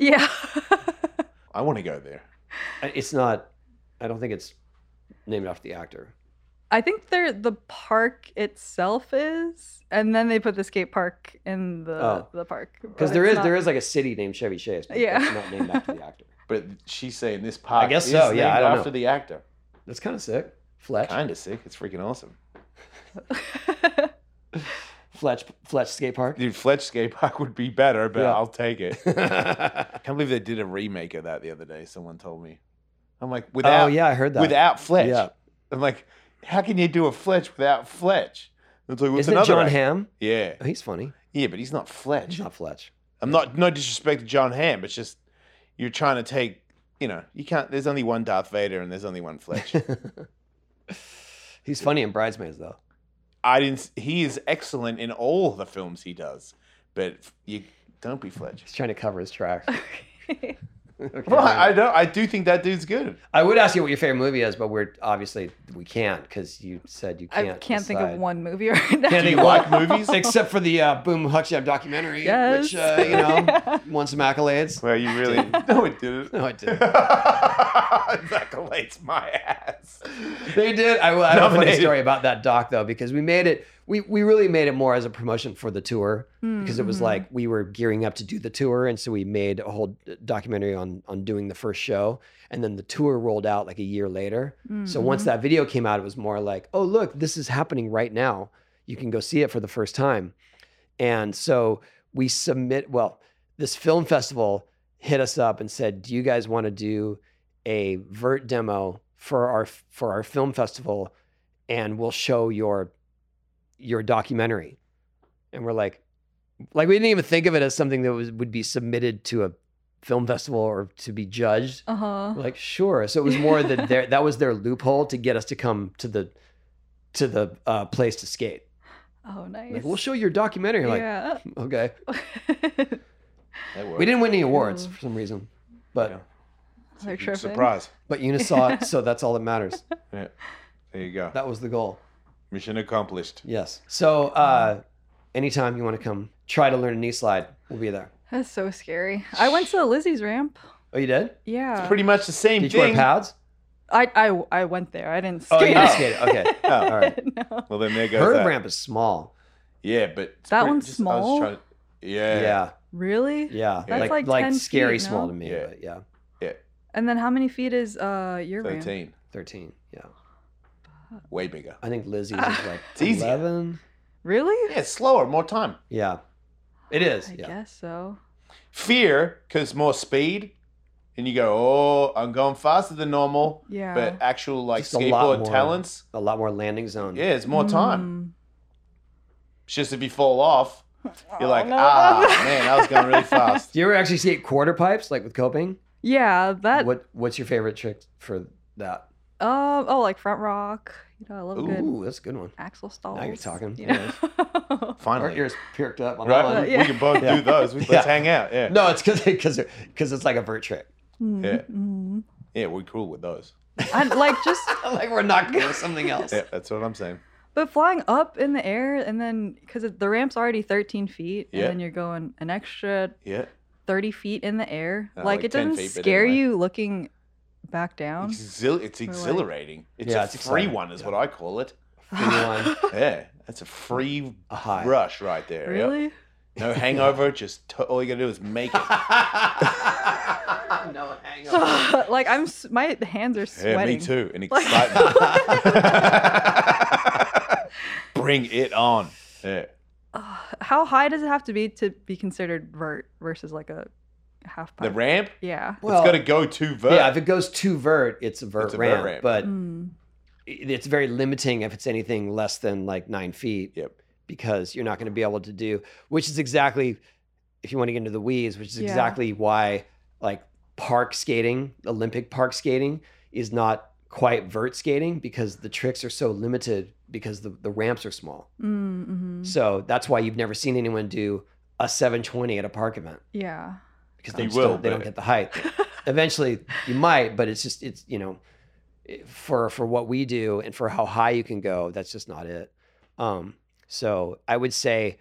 C: Yeah.
B: I want to go there.
A: Uh, It's not. I don't think it's named after the actor.
C: I think they're the park itself is and then they put the skate park in the
A: Oh.
C: the park.
A: Because there is there is like a city named Chevy Chase, but
C: Yeah.
A: it's not named after the actor.
B: But she's saying this park
A: guess
B: is
A: so, yeah, I
B: named
A: don't know.
B: after the actor.
A: That's kind of sick. Fletch.
B: Kind of sick. It's freaking awesome.
A: Fletch Fletch Skate Park.
B: Dude, Fletch Skate Park would be better, but
A: Yeah.
B: I'll take it.
A: oh
B: I can't believe they did a remake of that the other day. Someone told me. I'm like, without
A: Oh, yeah, I heard that.
B: without Fletch.
A: Yeah.
B: I'm like, how can you do a Fletch without Fletch? It's like, what's
A: Isn't it
B: another
A: John
B: act?
A: Ham?
B: Yeah,
A: Oh, he's funny.
B: yeah, but he's not Fletch.
A: He's not Fletch.
B: I'm not no disrespect to John Hamm. It's just you're trying to take, you know, you can't. There's only one Darth Vader and there's only one Fletch.
A: he's funny in Bridesmaids though.
B: I didn't. s- He is excellent in all the films he does, but you don't be Fletch.
A: He's trying to cover his tracks. Okay,
B: Well,
A: right.
B: I don't. I do think that dude's good.
A: I would ask you what your favorite movie is, but we're obviously we can't because you said you
C: I
A: can't.
C: can't think of
A: decide.
C: one movie right now.
A: Can't
B: Do
A: think
B: you
A: of
B: like
A: one.
B: movies?
A: except for the uh, Boom Huckstep documentary,
C: Yes.
A: which uh, you know won some accolades.
B: Well, you really no, it didn't.
A: No, it didn't.
B: Accolades my ass.
A: They did. I, will- I have a funny
B: Nominated.
A: story about that doc though, because we made it. We we really made it more as a promotion for the tour
C: Mm,
A: because it was
C: mhm.
A: like we were gearing up to do the tour, and so we made a whole documentary on on doing the first show, and then the tour rolled out like a year later. So once
C: Mhm.
A: that video came out, it was more like, oh, look, this is happening right now. You can go see it for the first time. And so we submit, well, this film festival hit us up and said, do you guys want to do a vert demo for our for our film festival and we'll show your your documentary. And we're like like we didn't even think of it as something that was would be submitted to a film festival or to be judged.
C: uh-huh.
A: We're like sure so it was more that their, that was their loophole to get us to come to the to the uh, place to skate
C: oh, nice.
A: like, we'll show your documentary You're like
C: yeah.
A: okay
B: That worked.
A: we didn't win any awards
C: Cool.
A: for some reason but
B: Yeah.
C: They're tripping.
B: Surprise.
A: but Una saw it so that's all that matters
B: There you go.
A: that was the goal
B: Mission accomplished.
A: yes so uh anytime you want to come try to learn a knee slide we'll be there
C: That's so scary. I went to Lizzie's ramp.
A: oh you did
C: Yeah.
B: It's pretty much the same
A: did you wear
B: thing.
A: pads
C: I, I I went there. I didn't
A: oh
C: skate.
A: you didn't skate okay
B: Oh,
A: all right
C: no.
B: well, then there goes
A: herd
B: that.
A: ramp is small
B: Yeah, but it's
C: That
B: pretty-
C: one's
B: just- I was
C: small?
B: trying to- yeah. yeah,
A: yeah
C: Really?
A: yeah,
B: That's
A: like
C: like
A: like,
C: 10 feet,
A: scary
C: no?
A: small to me
B: Yeah.
A: but yeah
C: And then how many feet is uh your ramp?
B: thirteen,
A: 13 yeah
B: way bigger.
A: I think Lizzie's
C: Ah.
A: is like
B: It's easier.
A: 11.
C: Really?
B: Yeah, it's slower, more time.
A: Yeah. It is.
C: I
A: yeah.
C: guess so.
B: Fear, because more speed, and you go, oh, I'm going faster than normal.
C: Yeah.
B: But actual like
A: Just a lot
B: skateboard
A: more.
B: talents,
A: A lot more landing zone.
B: yeah, it's more time.
C: Hmm.
B: It's just if you fall off,
C: Mm.
B: you're like,
C: Oh, no.
B: ah, man, I was going really fast.
A: Do you ever actually skate quarter pipes like with coping?
C: Yeah, that
A: what what's your favorite trick for that?
C: um oh like front rock. You know, I love good
A: Ooh, that's a good one.
C: axle stalls.
A: Now you're talking.
C: you
A: Yeah.
C: know?
A: Our
B: Finally,
A: ears perked up on
B: right?
A: that one.
B: We-
C: yeah.
B: We can both
A: Yeah.
B: do those. We,
A: Yeah.
B: Let's hang out. Yeah,
A: No, it's cause cause cause it's like a vert trick.
C: Mm,
B: Yeah.
C: mm.
B: yeah, we're cool with those.
C: I like just
A: like we're not good with something else.
B: Yeah, that's what I'm saying.
C: but flying up in the air and then because the ramp's already 13 feet
B: Yeah.
C: and then you're going an extra
B: Yeah,
C: 30 feet in the air.
B: Uh,
C: like,
B: like
C: it
B: 10
C: doesn't
B: feet, but
C: scare
B: anyway.
C: you looking back down.
B: Exhil- it's
C: like-
B: exhilarating. It's a
A: Yeah, it's
B: free
A: exciting.
B: one, is
A: Yeah.
B: what I call it.
A: Bring you on
B: Yeah, that's a free
A: a high.
B: rush right there. yep.
C: really?
B: No hangover. just to- all you gotta do is make it.
A: no hang on.
C: like I'm s- my hands are sweating.
B: Yeah, me too. And
C: Like-
B: excitement. Bring it on. Yeah.
C: Ugh, how high does it have to be to be considered vert versus like a half
B: The
C: pipe?
B: ramp.
C: yeah.
A: Well,
B: it's gotta go to vert.
A: yeah, if it goes too vert, it's a vert,
B: It's a vert
A: ramp,
B: ramp.
A: But
C: Mm.
A: it- it's very limiting if it's anything less than like nine feet
B: Yep.
A: because you're not going to be able to do which is exactly if you want to get into the weeds which is
C: Yeah.
A: exactly why like park skating olympic park skating is not quite vert skating because the tricks are so limited because the, the ramps are small
C: Mm, mhm.
A: so that's why you've never seen anyone do a 720 at a park event
C: Yeah.
A: because they
B: You
A: just
B: will,
A: don't, they don't
B: but-
A: get the height. Eventually, you might, but it's just it's you know, it- for for what we do and for how high you can go, that's just not it. Um, so I would say,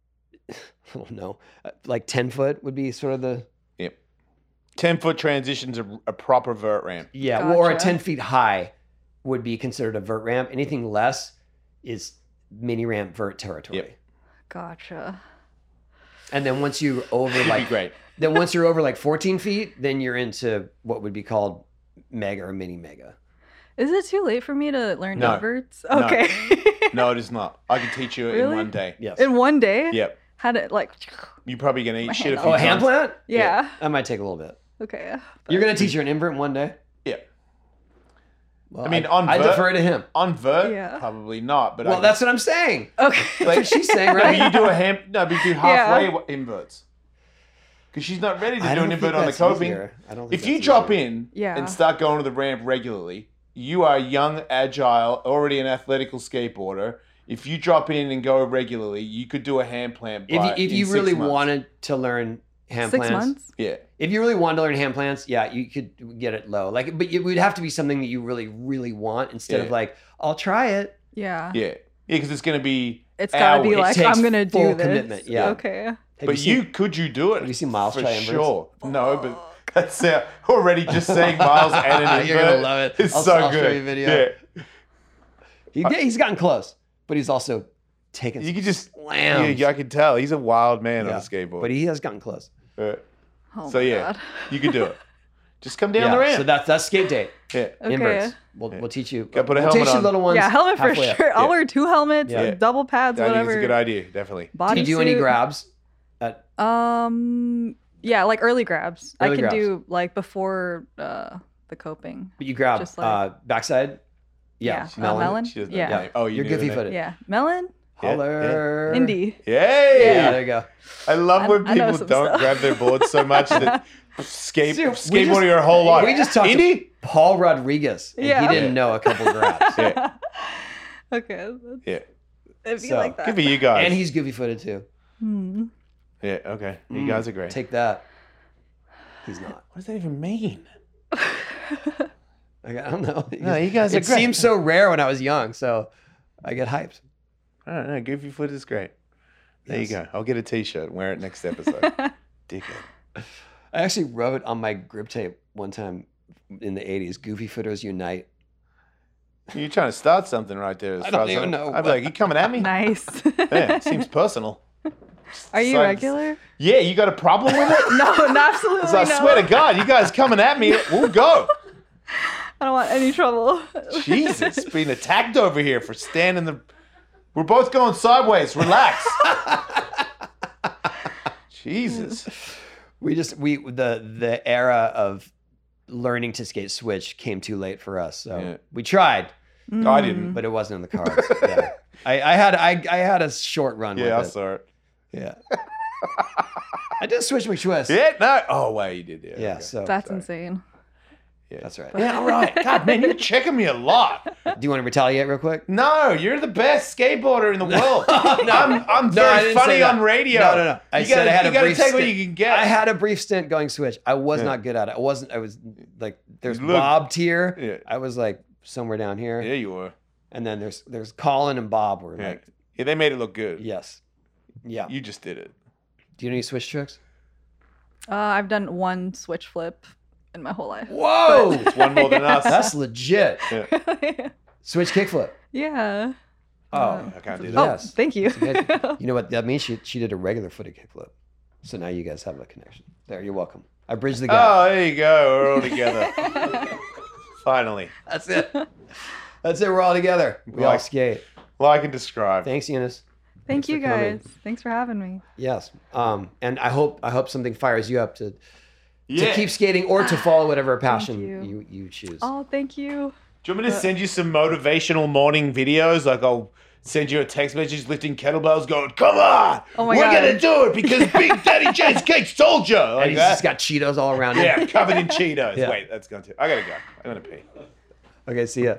A: I don't know, uh, like ten foot would be sort of the
B: Ten foot transitions a, a proper vert ramp.
A: yeah, well, or a
C: Gotcha.
A: ten feet high would be considered a vert ramp. Anything less is mini ramp vert territory.
B: Yep.
C: Gotcha.
A: And then once you're over
B: It'd be
A: like
B: great.
A: then once you're over like 14 feet, then you're into what would be called mega or mini mega.
C: Is it too late for me to learn
B: No.
C: adverts?
B: No.
C: Okay.
B: No, it is not. I can teach you in
C: Really?
B: one day.
A: Yes.
C: In one day?
B: Yep.
C: How to like
B: You're probably gonna eat
C: My
B: shit a
C: hand
B: few
A: Oh, a hand
B: times.
A: plant?
C: Yeah.
A: That might take a little bit.
C: Okay.
A: You're gonna teach her an invert in one day?
B: Yeah.
A: Well,
B: I mean, on
A: I
B: vert-
A: defer to him.
B: On vert,
C: Yeah.
B: probably not. But
A: well,
B: I,
A: that's what I'm saying.
C: Okay.
A: That's what she's saying,
B: No, but
A: right?
B: you do a ham. No, but you do halfway wa- inverts. Because she's not ready to
A: I
B: do
A: don't
B: an
A: think
B: invert on the
A: that's
B: coping.
A: easier. I don't think
B: If you
A: that's
B: drop
A: easier.
B: in
C: Yeah.
B: and start going to the ramp regularly, you are young, agile, already an athletical skateboarder. If you drop in and go regularly, you could do a hand plant. by-
A: if you, if
B: in
A: you
B: six
A: really
B: months.
A: wanted to learn hand
C: Six
A: plants,
C: months?
B: yeah,
A: if you really wanted to learn hand plants, yeah, you could get it low. Like, but it would have to be something that you really, really want instead of
B: Yeah.
A: like, I'll try it.
C: Yeah.
B: yeah, yeah, because it's gonna be.
C: It's gotta be
B: Hours. It
C: like
A: takes
C: I'm gonna
A: full
C: do this.
A: commitment, yeah.
C: Okay.
A: Have
B: but
A: seen-
B: you could you do it?
A: have you seen Miles
B: for
A: try inverts?
B: sure? No, but that's uh, already just saying Miles and an invert.
A: You're gonna love it.
B: It's
A: I'll-
B: so
A: I'll
B: good.
A: show you a video.
B: Yeah.
A: he, yeah, he's gotten close, but he's also taken
B: You
A: some
B: could just, yeah,
A: slams.
B: yeah, I can tell he's a wild man on
A: Yeah,
B: a skateboard.
A: but he has gotten close.
B: Uh,
C: Oh
B: So,
C: my
B: yeah.
C: God.
B: you could do it. Just come down
A: yeah,
B: the ramp.
A: so that's that's skate date.
B: yeah,
C: Okay.
A: Inverts. We'll,
B: Yeah.
A: we'll teach you.
B: Gotta put a
A: we'll
B: helmet
A: teach you
B: on.
A: little ones.
C: Yeah, helmet for
A: halfway up.
C: sure. I'll
B: Yeah.
C: wear two helmets,
A: Yeah.
C: double pads,
B: I think
C: whatever.
B: it's a good idea. Definitely.
A: Do you do any
C: Bodysuit.
A: grabs? Uh,
C: Um, yeah, like early grabs. I
A: Early
C: can
A: grabs.
C: do like before uh the coping.
A: But you grab
C: Just like-
A: uh, backside. Yeah,
C: Yeah, uh, melon.
B: She doesn't
C: Yeah.
B: Know the name. Oh, you
A: You're
B: knew the
A: goofy
B: name.
A: footed.
C: Yeah, melon,
B: Yeah, yeah.
A: Holler.
C: indie.
B: Yay!
A: Yeah, there you go.
B: I love
C: I-
B: when
C: I know
B: people
C: some
B: don't
C: stuff.
B: grab their boards so much that skate
A: Dude, we
B: skateboarding
A: just-
B: your whole life.
A: We just talked to
B: Indy.
A: Paul Rodriguez, and
C: Yeah.
A: he didn't know a couple grabs.
B: Yeah.
C: okay. that's-
B: Yeah.
C: It'd be
A: So,
C: like that.
B: Good for you guys.
A: And he's goofy footed too.
C: Hmm.
B: yeah. Okay. You
A: Mm.
B: guys are great.
A: Take that. He's not.
B: what does that even mean?
A: Like, I don't know.
B: No, you guys are
A: it
B: great.
A: seemed so rare when I was young, so I get hyped.
B: I don't know. Goofy foot is great. There
A: Yes.
B: you go. I'll get a T-shirt and wear it next episode. Dickhead.
A: I actually wrote it on my grip tape one time in the 80s Goofy Footers Unite.
B: You're trying to start something right there. As
A: I
B: far
A: don't
B: as
A: even know
B: I'd be like, you coming at me?
C: nice.
B: Yeah, it seems personal.
C: Are
B: Besides-
C: you regular?
B: Yeah, you got a problem with it?
C: No, no, absolutely
B: 'Cause I
C: no.
B: swear to God, you guys coming at me, we'll go.
C: I don't want any trouble.
B: Jesus, being attacked over here for standing the. We're both going sideways. Relax. Jesus.
A: We just we the the era of learning to skate switch came too late for us. So
B: Yeah.
A: we tried,
B: I didn't.
A: but it wasn't in the cards. yeah. I, I had I, I had a short run
B: Yeah, I
A: with it.
B: saw it.
A: Yeah. I did switch McTwist.
B: Yeah, no. Oh, wow, you did. Yeah.
A: Yeah,
B: okay.
A: so
C: That's
B: Sorry.
C: insane.
A: that's right.
B: Yeah, all right. God, man, you're checking me a lot.
A: Do you want to retaliate real quick?
B: No, you're the best skateboarder in the world. I'm, I'm
A: No,
B: very
A: I didn't say
B: funny
A: that.
B: on radio.
A: No, no, no. I
B: you
A: said
B: gotta,
A: I had
B: you
A: a
B: gotta
A: brief
B: take what
A: stint.
B: you can get.
A: I had a brief stint going switch. I was
B: Yeah.
A: not good at it. I wasn't. I was like, there's
B: You look-
A: Bob tier.
B: Yeah.
A: I was like somewhere down here,
B: Yeah, you were.
A: and then there's there's Colin and Bob were
B: Yeah.
A: like,
B: yeah, they made it look good.
A: yes, yeah.
B: You just did it.
A: Do you know any switch tricks?
C: Uh, I've done one switch flip in my whole life.
A: Whoa,
B: It's one more than us.
A: that's legit.
C: yeah.
A: Switch kickflip.
C: Yeah.
A: Oh,
B: I can't do
C: Oh,
B: that.
A: Yes.
C: thank you.
A: you know what that means? She she did a regular footed kickflip, so now you guys have a connection. There, you're welcome. I bridged the gap.
B: Oh, there you go. We're all together. Finally.
A: That's it.
B: Oh.
A: That's it. We're all together. We
B: Yeah.
A: all skate.
B: Like and describe.
A: Thanks, Eunice.
C: Thank you
A: for coming.
C: guys. Thanks for having me.
A: Yes. Um, and I hope I hope something fires you up to,
B: yeah.
A: to keep skating or to follow whatever passion
C: you.
A: you. you choose.
C: Oh, thank you.
B: Do you want me to
A: Uh,
B: send you some motivational morning videos? Like I'll send you a text message lifting kettlebells going, come on,
C: Oh my
B: we're
C: God.
B: going to do it because Big Daddy James Cake told you.
A: and
B: Like
A: he's
B: that.
A: just got Cheetos all around him.
B: yeah, covered in Cheetos.
A: Yeah.
B: Wait, that's going to. I got to go. I'm going to pee.
A: Okay, see ya.